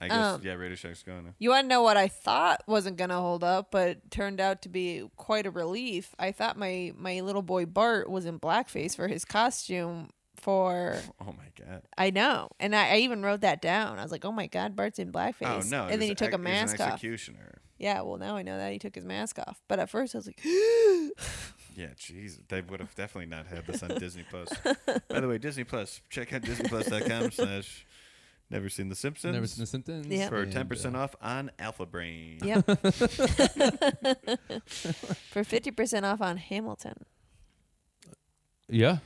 S1: I guess
S3: Um,
S1: yeah. Radio Shack's going.
S3: You want to know what I thought wasn't gonna hold up, but turned out to be quite a relief. I thought my my little boy Bart was in blackface for his costume for
S1: Oh my god.
S3: I know, and I, I even wrote that down. I was like, "Oh my God, Bart's in blackface!"
S1: Oh no. it
S3: and
S1: was
S3: then he took
S1: ex-
S3: a
S1: it was
S3: mask
S1: an
S3: off.
S1: Executioner.
S3: Yeah, well now I know that he took his mask off. But at first I was like,
S1: Yeah, jeez, they would have definitely not had this on Disney Plus. By the way, Disney Plus, check out disneyplus.com slash never seen the Simpsons
S2: Never seen the Simpsons.
S3: Yeah.
S1: for
S2: and,
S1: ten percent
S2: uh,
S1: off on Alpha Brain.
S3: "Yep." for fifty percent off on Hamilton.
S2: Yeah.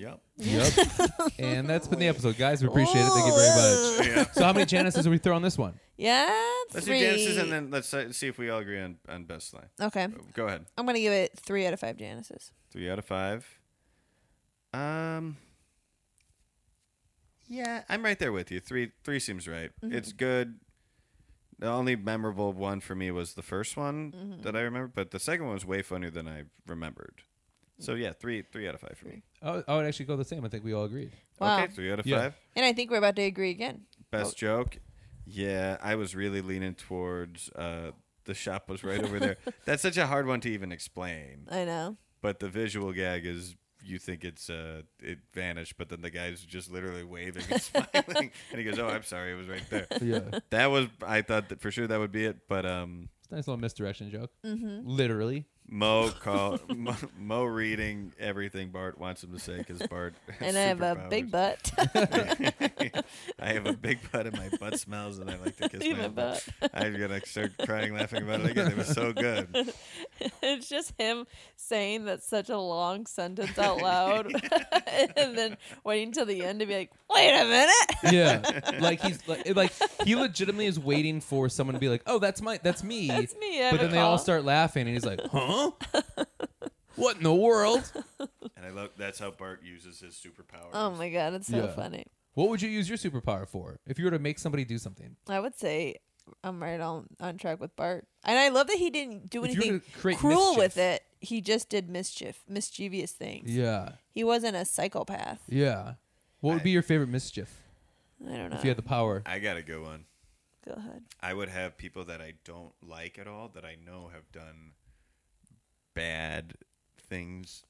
S1: Yep.
S2: Yep. and that's been the episode, guys. We appreciate it. Thank you very much. So how many Janices do we throw on this one?
S3: Yeah,
S1: Let's do
S3: three.
S1: Janice's and then let's uh, see if we all agree on, on best line.
S3: okay,
S1: Go ahead.
S3: I'm gonna give it three out of five Janices.
S1: Three out of five. Um. Yeah, I'm right there with you. Three, three seems right. It's good. The only memorable one for me was the first one that I remember, but the second one was way funnier than I remembered. So yeah, three, three out of five for me.
S2: Oh, I would actually go the same. I think we all agreed.
S3: Wow.
S1: Okay, three out of
S2: Yeah.
S1: five.
S3: And I think we're about to agree again.
S1: Best joke. Yeah, I was really leaning towards. Uh, the shop was right over there. That's such a hard one to even explain.
S3: I know.
S1: but the visual gag is you think it's uh it vanished, but then the guy's just literally waving and smiling, and he goes, "Oh, I'm sorry, it was right there."
S2: Yeah. it's
S1: That was I thought that for sure that would be it, but um,
S2: a nice little misdirection joke. Mm-hmm. Literally.
S1: Mo call Mo, Mo reading everything Bart wants him to say because Bart. has
S3: And I have a big
S1: superpowers.
S3: butt.
S1: I have a big butt and my butt smells and I like to kiss
S3: Leave
S1: my
S3: my
S1: own butt. I'm gonna start crying laughing about it again. It was so good.
S3: it's just him saying that such a long sentence out loud and then waiting till the end to be like, wait a minute.
S2: yeah, like he's like, like he legitimately is waiting for someone to be like, "Oh, that's my, that's me."
S3: That's me, I have
S2: But
S3: a
S2: then they all
S3: call.
S2: start laughing, and he's like, "Huh? what in the world?"
S1: And I love that's how Bart uses his superpower.
S3: Oh my God, it's so
S2: Yeah.
S3: funny.
S2: What would you use your superpower for if you were to make somebody do something?
S3: I would say I'm right on, on track with Bart. And I love that he didn't do
S2: If you were
S3: anything
S2: to create
S3: cruel
S2: mischief.
S3: with it. He just did mischief, mischievous things.
S2: Yeah,
S3: He wasn't a psychopath.
S2: yeah. What would be your favorite mischief
S3: I don't know.
S2: if you had the power?
S1: Uh, I got a good one.
S3: Go ahead.
S1: I would have people that I don't like at all that I know have done bad things,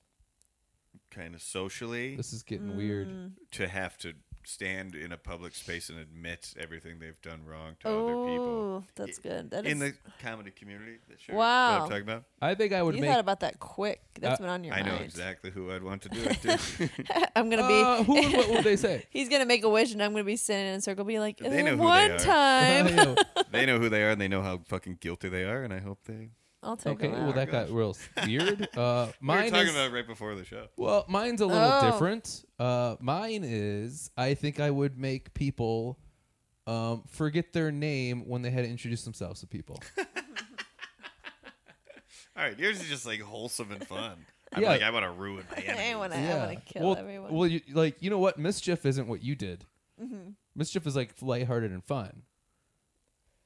S1: kind of socially.
S2: This is getting weird.
S3: Mm.
S1: to have to stand in a public space and admit everything they've done wrong to other people
S3: Oh, that's good. That is.
S1: in the comedy community. That sure, What
S3: Wow.
S1: I'm talking about.
S2: I think I would
S3: you
S2: make.
S3: thought about that quick. That's
S2: Uh,
S3: been on your
S1: I
S3: mind.
S1: know exactly who I'd want to do it to.
S3: I'm gonna be.
S2: Uh, who would, what would they say?
S3: He's gonna make a wish, and I'm gonna be sitting in a circle, be like,
S1: They know who they
S3: "Uh,
S1: are."
S3: one
S2: You
S3: time.
S2: know,
S1: they know who they are and they know how fucking guilty they are, and I hope they.
S3: I'll take
S2: okay,
S3: him
S2: well
S3: out.
S2: that got real weird. Uh,
S1: we were
S2: mine
S1: talking
S2: is
S1: about it right before the show.
S2: Well, mine's a little
S3: Oh.
S2: different. Uh, mine is I think I would make people um, forget their name when they had to introduce themselves to people.
S1: All right, yours is just like wholesome and fun. I'm
S2: Yeah.
S1: like, I want to ruin my
S3: I
S1: enemy.
S3: wanna, I wanna kill
S2: well,
S3: everyone. Mm-hmm.
S2: well, you, like you know what? Mischief isn't what you did. Mischief is like lighthearted and fun.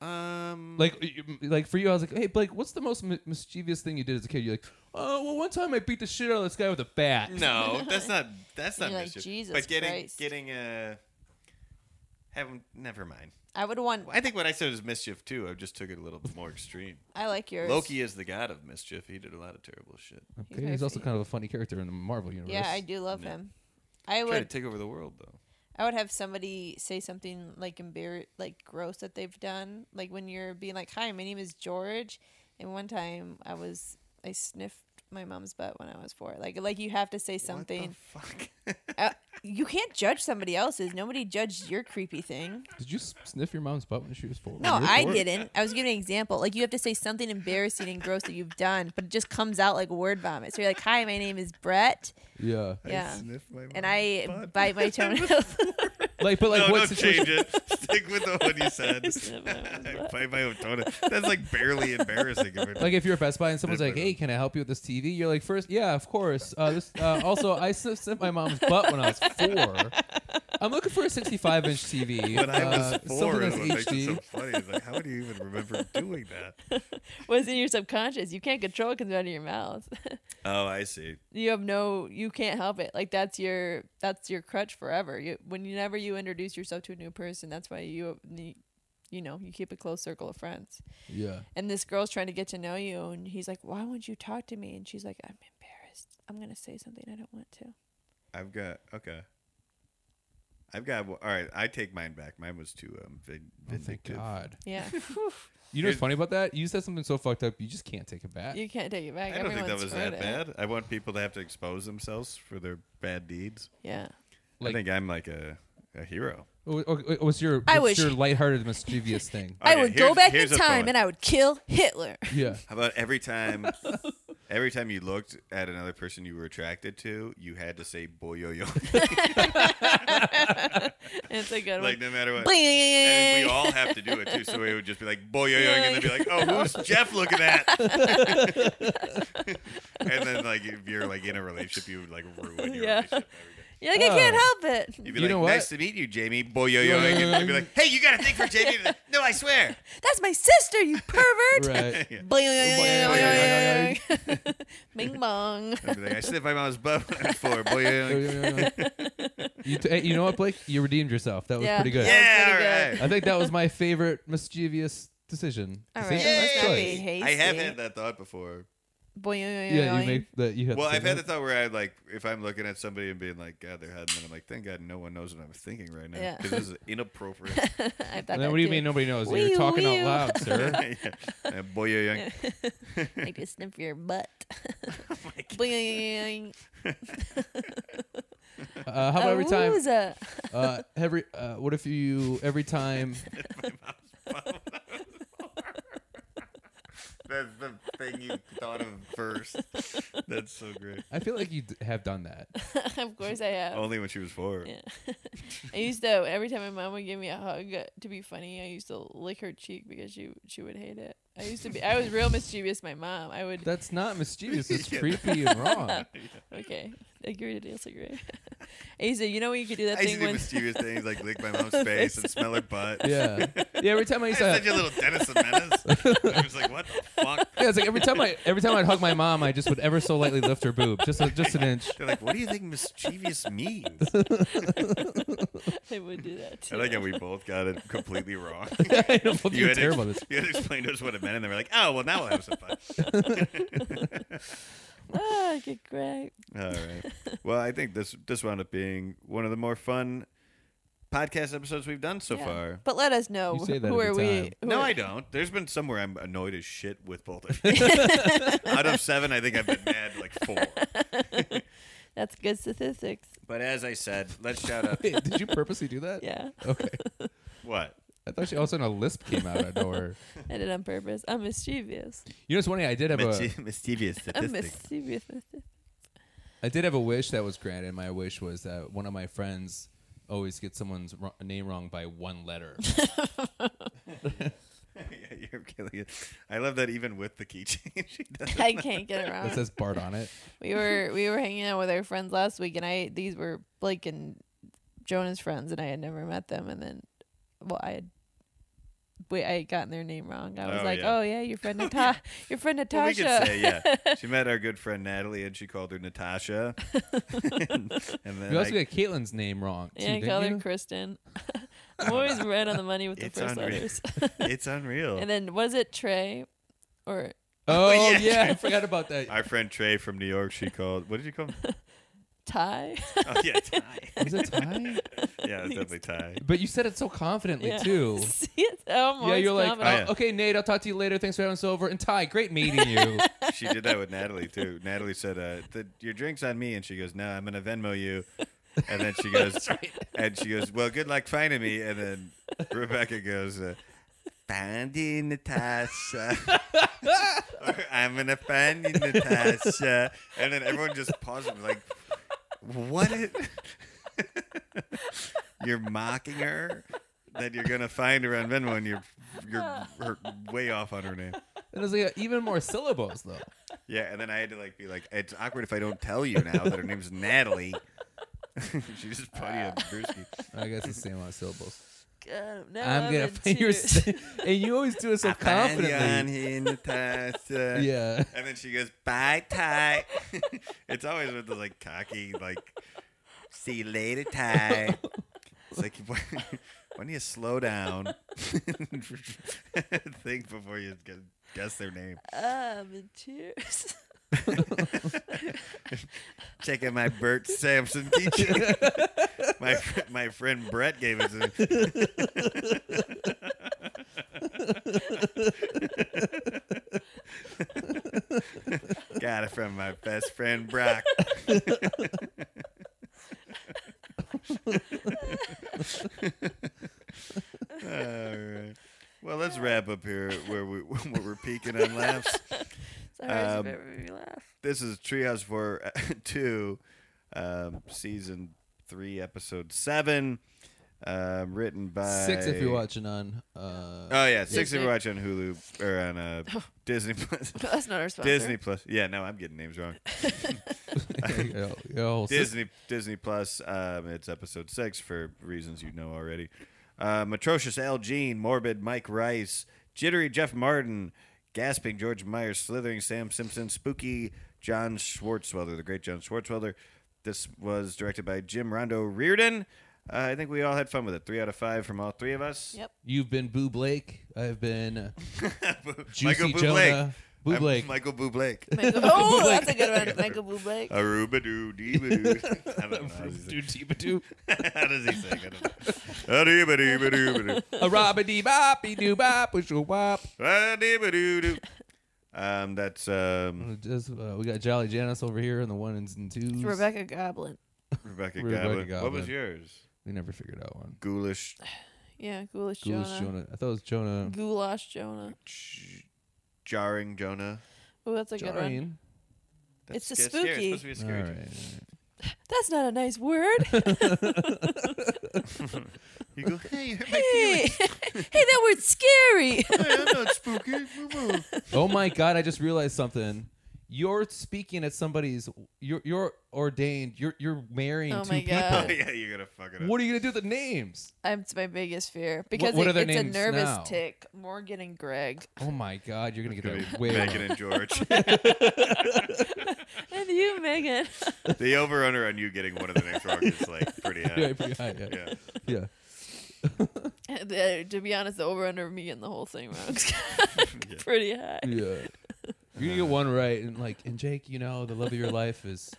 S1: Um,
S2: Like, y- like for you, I was like, hey, Blake, what's the most mi- mischievous thing you did as a kid? You're like, oh, well, one time I beat the shit out of this guy with a bat.
S1: no, that's not that's not
S3: You're like,
S1: mischief.
S3: "Jesus
S1: but getting
S3: Christ."
S1: getting uh, having never mind.
S3: I would want.
S1: I think what I said was mischief too. I just took it a little bit more extreme.
S3: I like yours.
S1: Loki is the god of mischief. He did a lot of terrible shit.
S2: Okay,
S3: my
S2: he's also
S3: favorite.
S2: kind of a funny character in the Marvel universe.
S3: Yeah, I do love him. I
S1: Tried to
S3: would.
S1: take over the world though.
S3: I would have somebody say something like embar, like gross that they've done. Like when you're being like, "Hi, my name is George," and one time I was, I sniffed my mom's butt when I was four. Like, like you have to say something.
S1: Fuck.
S3: Uh, you can't judge somebody else's. Nobody judged your creepy thing.
S2: Did you s- sniff your mom's butt when she was four?
S3: No,
S2: When you were
S3: I
S2: four?
S3: didn't. I was giving an example. Like you have to say something embarrassing and gross that you've done, but it just comes out like word vomit. So you're like, "Hi, my name is Brett."
S2: Yeah.
S3: Yeah.
S1: Sniff my mom's
S3: And I
S1: butt.
S3: bite my toenails.
S2: Like, but like,
S1: no,
S2: what
S1: don't
S2: situation?
S1: change it. Stick with the one you said.
S3: Sniff my mom's
S1: I bite my own toenail. That's like barely embarrassing. if it-
S2: Like, if you're at Best Buy and someone's
S1: That's
S2: like,
S1: my
S2: "Hey, can I help you with this TV?" You're like, first, yeah, of course." Uh, this, uh, also, I sniff- sniffed my mom's butt when I was four. I'm looking for a 65 inch TV.
S1: when I was
S2: uh,
S1: four, is
S2: something
S1: what
S2: that's
S1: makes it so
S2: HD.
S1: funny. It's like, how do you even remember doing that?
S3: What's in your subconscious? You can't control it comes out of your mouth.
S1: Oh, I see.
S3: you have no. You can't help it. Like that's your that's your crutch forever. You whenever you introduce yourself to a new person, that's why you you know you keep a close circle of friends.
S2: yeah. Oh
S3: and this girl's trying to get to know you and he's like why won't you talk to me and she's like i'm embarrassed i'm gonna say something i don't want to
S1: I've got okay. I've got all right. I take mine back. Mine was too um, vin-
S2: Oh, thank
S1: vindictive.
S2: God.
S3: yeah
S2: You know what's funny about that? You said something so fucked up, you just can't take it back.
S3: you can't take it back
S1: I don't think that
S3: Everyone's
S1: was
S3: heard
S1: that
S3: it.
S1: bad. I want people to have to expose themselves for their bad deeds.
S3: yeah
S2: Like-
S1: I think I'm like a, a hero.
S2: Or- or- or oh, was your
S3: I
S2: what's
S3: wish-
S2: your lighthearted mischievous thing?
S3: i would go back in time and i would kill hitler
S2: Yeah.
S1: How about every time, every time you looked at another person you were attracted to, you had to say "boyoyo,"
S3: it's a good
S1: like no
S3: one
S1: matter what. And then
S3: Bling.
S1: we all have to do it too, so we would just be like "boyoyo," and then be like, "Oh, who's Jeff looking at?" and then like if you're like in a relationship, you would like ruin your
S3: Yeah.
S1: relationship.
S3: you're like i can't
S2: Oh.
S3: help it
S1: You'd be
S2: You
S1: like,
S2: know what?
S1: "Nice to meet you, Jamie." Boyoyo, and I'd be like, "Hey, you got a thing for Jamie?" Like, no, I swear.
S3: that's my sister you pervert
S2: Right.
S1: Yeah.
S3: Bling. bing bong
S1: I'd be like, I sniffed my mom's butt when I was four. Boy,
S2: Oh,
S1: yeah,
S2: you, t- hey, you know what, Blake? You redeemed yourself. That was
S3: Yeah.
S2: pretty good.
S3: Yeah.
S1: all
S3: pretty
S1: right.
S2: I think that was my favorite mischievous decision.
S3: All right,
S2: Decision?
S3: let's not
S2: Choice.
S3: be hasty.
S1: I have had that thought before.
S3: Boing,
S2: Yeah, you make that. You have
S1: well,
S2: to say
S1: I've had the
S2: that.
S1: thought where I like, if I'm looking at somebody and being like, God, they're hot, and then I'm like, thank God no one knows what I'm thinking right now
S3: Yeah.
S1: because this is inappropriate.
S3: I thought
S2: And then
S3: that
S2: what do you
S3: too.
S2: mean nobody knows?
S3: Wee-oo,
S2: You're talking
S3: wee-oo.
S2: out loud, sir.
S1: yeah. Uh, boy,
S3: I just sniff your butt.
S1: Oh
S3: Boing.
S2: Uh, how about every time?
S3: Awooza.
S2: Uh, every uh, what if you every time?
S1: That's the thing you thought of first. That's so great.
S2: I feel like you d- have done that.
S3: of course I have.
S1: Only when she was four.
S3: Yeah. I used to every time my mom would give me a hug uh, to be funny, I used to lick her cheek because she she would hate it. I used to be I was real mischievous my mom. I would
S2: That's not mischievous. It's
S1: Yeah.
S2: creepy and wrong.
S3: Okay. Agree to disagree. I used to you know when you could do that
S1: I used
S3: thing
S1: to do
S3: when
S1: mysterious things like lick my mom's face and smell her butt.
S2: Yeah. Yeah. Every time I
S1: I
S2: used to.
S1: said you little Dennis the Menace. I was like, what the fuck?
S2: yeah, it's like every time I every time I'd hug my mom, I just would ever so lightly lift her boob, just a, just an inch.
S1: They're like, what do you think mischievous means?
S3: I would do that too.
S1: I like how we both got it completely wrong.
S2: I know both of you are
S1: had to
S2: terrible.
S1: ex-
S2: at this.
S1: you had to explain to us what it meant, and they were like, oh, well, now we'll have some fun.
S3: ah, I could cry.
S1: All right. Well, I think this this wound up being one of the more fun podcast episodes we've done so
S3: Yeah.
S1: far.
S3: But let us know
S2: You say that
S3: who
S2: every
S3: are we.
S2: time.
S3: Who
S1: No,
S3: are-
S1: I don't. There's been somewhere I'm annoyed as shit with both of you. Out of seven, I think I've been mad like four.
S3: That's good statistics.
S1: But as I said, let's shout out.
S2: Wait, did you purposely do that?
S3: Yeah,
S2: Okay.
S1: What?
S2: I thought she all of a sudden a lisp came out of nowhere.
S3: I did on purpose. I'm mischievous.
S2: You know, it's funny. I did have a
S1: Mischie- mischievous
S3: I'm
S1: statistics.
S3: mischievous.
S2: I did have a wish that was granted. My wish was that one of my friends always gets someone's wro- name wrong by one letter.
S1: yeah, you're killing it. I love that even with the keychain, she does.
S3: I can't get around.
S2: that says Bart on it.
S3: we were we were hanging out with our friends last week, and I these were Blake and Jonah's friends, and I had never met them, and then well, I had. Wait, I had gotten their name wrong. I was
S1: Oh,
S3: like,
S1: yeah.
S3: "Oh yeah, your friend Natasha, your friend
S1: Well, we
S3: Natasha."
S1: could say, yeah. She met our good friend Natalie, and she called her Natasha. and, then
S2: You also
S1: I,
S2: got Caitlin's name wrong. Too,
S3: yeah, I
S2: didn't
S3: call her
S2: you?
S3: Kristen. I'm always right on the money with the
S1: It's
S3: first
S1: unreal.
S3: letters.
S1: it's unreal.
S3: and then was it Trey, or
S2: Oh
S1: yeah.
S2: yeah. I forgot about that.
S1: our friend Trey from New York, she called. What did you call him?
S3: Ty?
S1: Oh yeah, Ty.
S2: Was it Ty?
S1: Yeah, it's definitely Ty.
S2: But you said it so confidently
S3: Yeah.
S2: too.
S3: See, it's- I'm
S2: yeah,
S3: always
S2: you're like,
S3: confident.
S1: Oh, yeah.
S2: "Oh, okay, Nate. I'll talk to you later. Thanks for having us over. And Ty, great meeting you.
S1: She did that with Natalie too. Natalie said, uh, the, "Your drink's on me," and she goes, "No, I'm gonna Venmo you." And then she goes, and she goes, "Well, good luck finding me." And then Rebecca goes, uh, "Finding Natasha." Or, I'm gonna find you, Natasha. And then everyone just pauses, and like, "What? Is- you're mocking her." That you're gonna find her on Venmo, and you're you're her, way off on her name.
S2: and it's like even more syllables though.
S1: Yeah, and then I had to like be like, it's awkward if I don't tell you now that her name's Natalie. She's just putty a brewski.
S2: I guess it's the same amount of syllables.
S3: God, now
S2: I'm, gonna
S3: in
S2: find your,
S3: tears.
S2: s- and you always do it so
S1: Find
S2: confidently.
S1: you on here, Natasha.
S2: Yeah.
S1: uh," And then she goes, bye, Ty. it's always with the like cocky, like, see you later, Ty. it's like, why, why don't you slow down? Think before you gu- guess their name.
S3: I'm in tears.
S1: Check out my Bert Sampson keychain. my fr- my friend Brett gave it to me. Got it from my best friend Brock. All right. Well, let's wrap up here where we where we're peaking on laughs
S3: Sorry, it's
S1: Um,
S3: made me laugh.
S1: this is Treehouse for two, um, season three, episode seven, um, written by
S2: Six if you're watching on. Uh,
S1: Oh yeah, six if
S3: Disney.
S1: you're watching on Hulu or on uh, Disney Plus.
S3: That's not our sponsor.
S1: Disney Plus. Yeah, no, I'm getting names wrong.
S2: yo, yo, sis-
S1: Disney Disney Plus. Um, it's episode six for reasons you know already. Um, atrocious Al Jean, morbid Mike Rice, jittery Jeff Martin, gasping George Myers, slithering Sam Simpson, spooky John Schwartzwelder, the great John Schwartzwelder. This was directed by Jim Rondo Reardon. Uh, I think we all had fun with it. Three out of five from all three of us.
S3: Yep.
S2: You've been Boo Blake. I've been.
S1: Michael
S2: Juicy
S1: Bublé.
S2: Jonah. Boo Blake.
S1: Michael Boo Blake.
S3: Michael- oh, that's a good one. Michael Bublé.
S1: Aruba doo deeba I don't know. how does he sing. How does he sing? I don't know. Aruba dooba dooba doo.
S2: A robba dee boppy doo bop, wish a wop.
S1: Aruba doo doo. Um, that's um,
S2: Just, uh, we got Jolly Janice over here and the one and and twos.
S3: Rebecca Goblin.
S1: Rebecca,
S2: Rebecca
S1: Goblin. What was
S2: Goblin.
S1: yours?
S2: We never figured out one.
S1: Ghoulish.
S3: Yeah, Ghoulish,
S2: Goulash
S3: Jonah.
S2: Jonah. I thought it was Jonah.
S3: Goulash Jonah.
S1: j- Jarring Jonah.
S3: Oh, that's a good one.
S2: Jarring.
S3: It's a
S1: good scare.
S3: spooky.
S1: It's supposed to be a scary.
S2: All right.
S3: That's not a nice word.
S1: You go, hey, you hurt my
S3: hey, hey, that word's scary.
S1: feelings. Hey, I'm not spooky. Woo-woo.
S2: oh my God! I just realized something. You're speaking at somebody's. You're you're ordained. You're you're marrying
S3: Oh
S2: two
S3: my
S2: people.
S1: Oh,
S3: God.
S1: yeah, you're gonna fuck it up.
S2: What are you gonna do with the names?
S3: That's my biggest fear because
S2: what
S3: it-
S2: are their
S3: it's a
S2: names
S3: nervous
S2: now?
S3: tick. Morgan and Greg,
S2: Oh my God! You're gonna get
S1: Gonna be
S2: that way.
S1: Megan
S2: wrong.
S1: and George.
S3: and you, Megan.
S1: the over under on you getting one of the next wrong is like pretty
S2: Yeah,
S1: high.
S2: pretty high, yeah.
S1: Yeah.
S2: yeah.
S3: The- to be honest, the over under of me getting the whole thing wrong is pretty high.
S2: Yeah. You get one right, and like, and Jake, you know, the love of your life is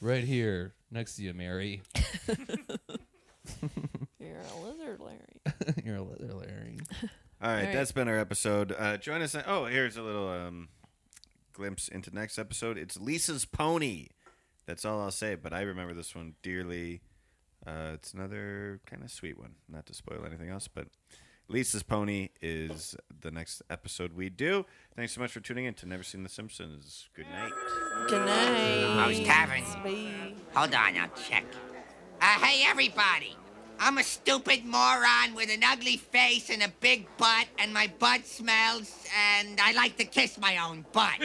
S2: right here next to you, Mary.
S3: You're a lizard, Larry.
S2: You're a leather Larry.
S1: All right,
S3: right.
S1: that's been our episode. Uh, join us. Oh, here's a little um, glimpse into next episode. It's Lisa's Pony. That's all I'll say, but I remember this one dearly. Uh, it's another kind of sweet one. Not to spoil anything else, but Lisa's Pony is the next episode we do. Thanks so much for tuning in to Never Seen The Simpsons. Good night.
S3: Good night.
S8: Mouse Tavern.
S3: Bye.
S8: Hold on, I'll check. Uh, hey, everybody. I'm a stupid moron with an ugly face and a big butt, and my butt smells, and I like to kiss my own butt.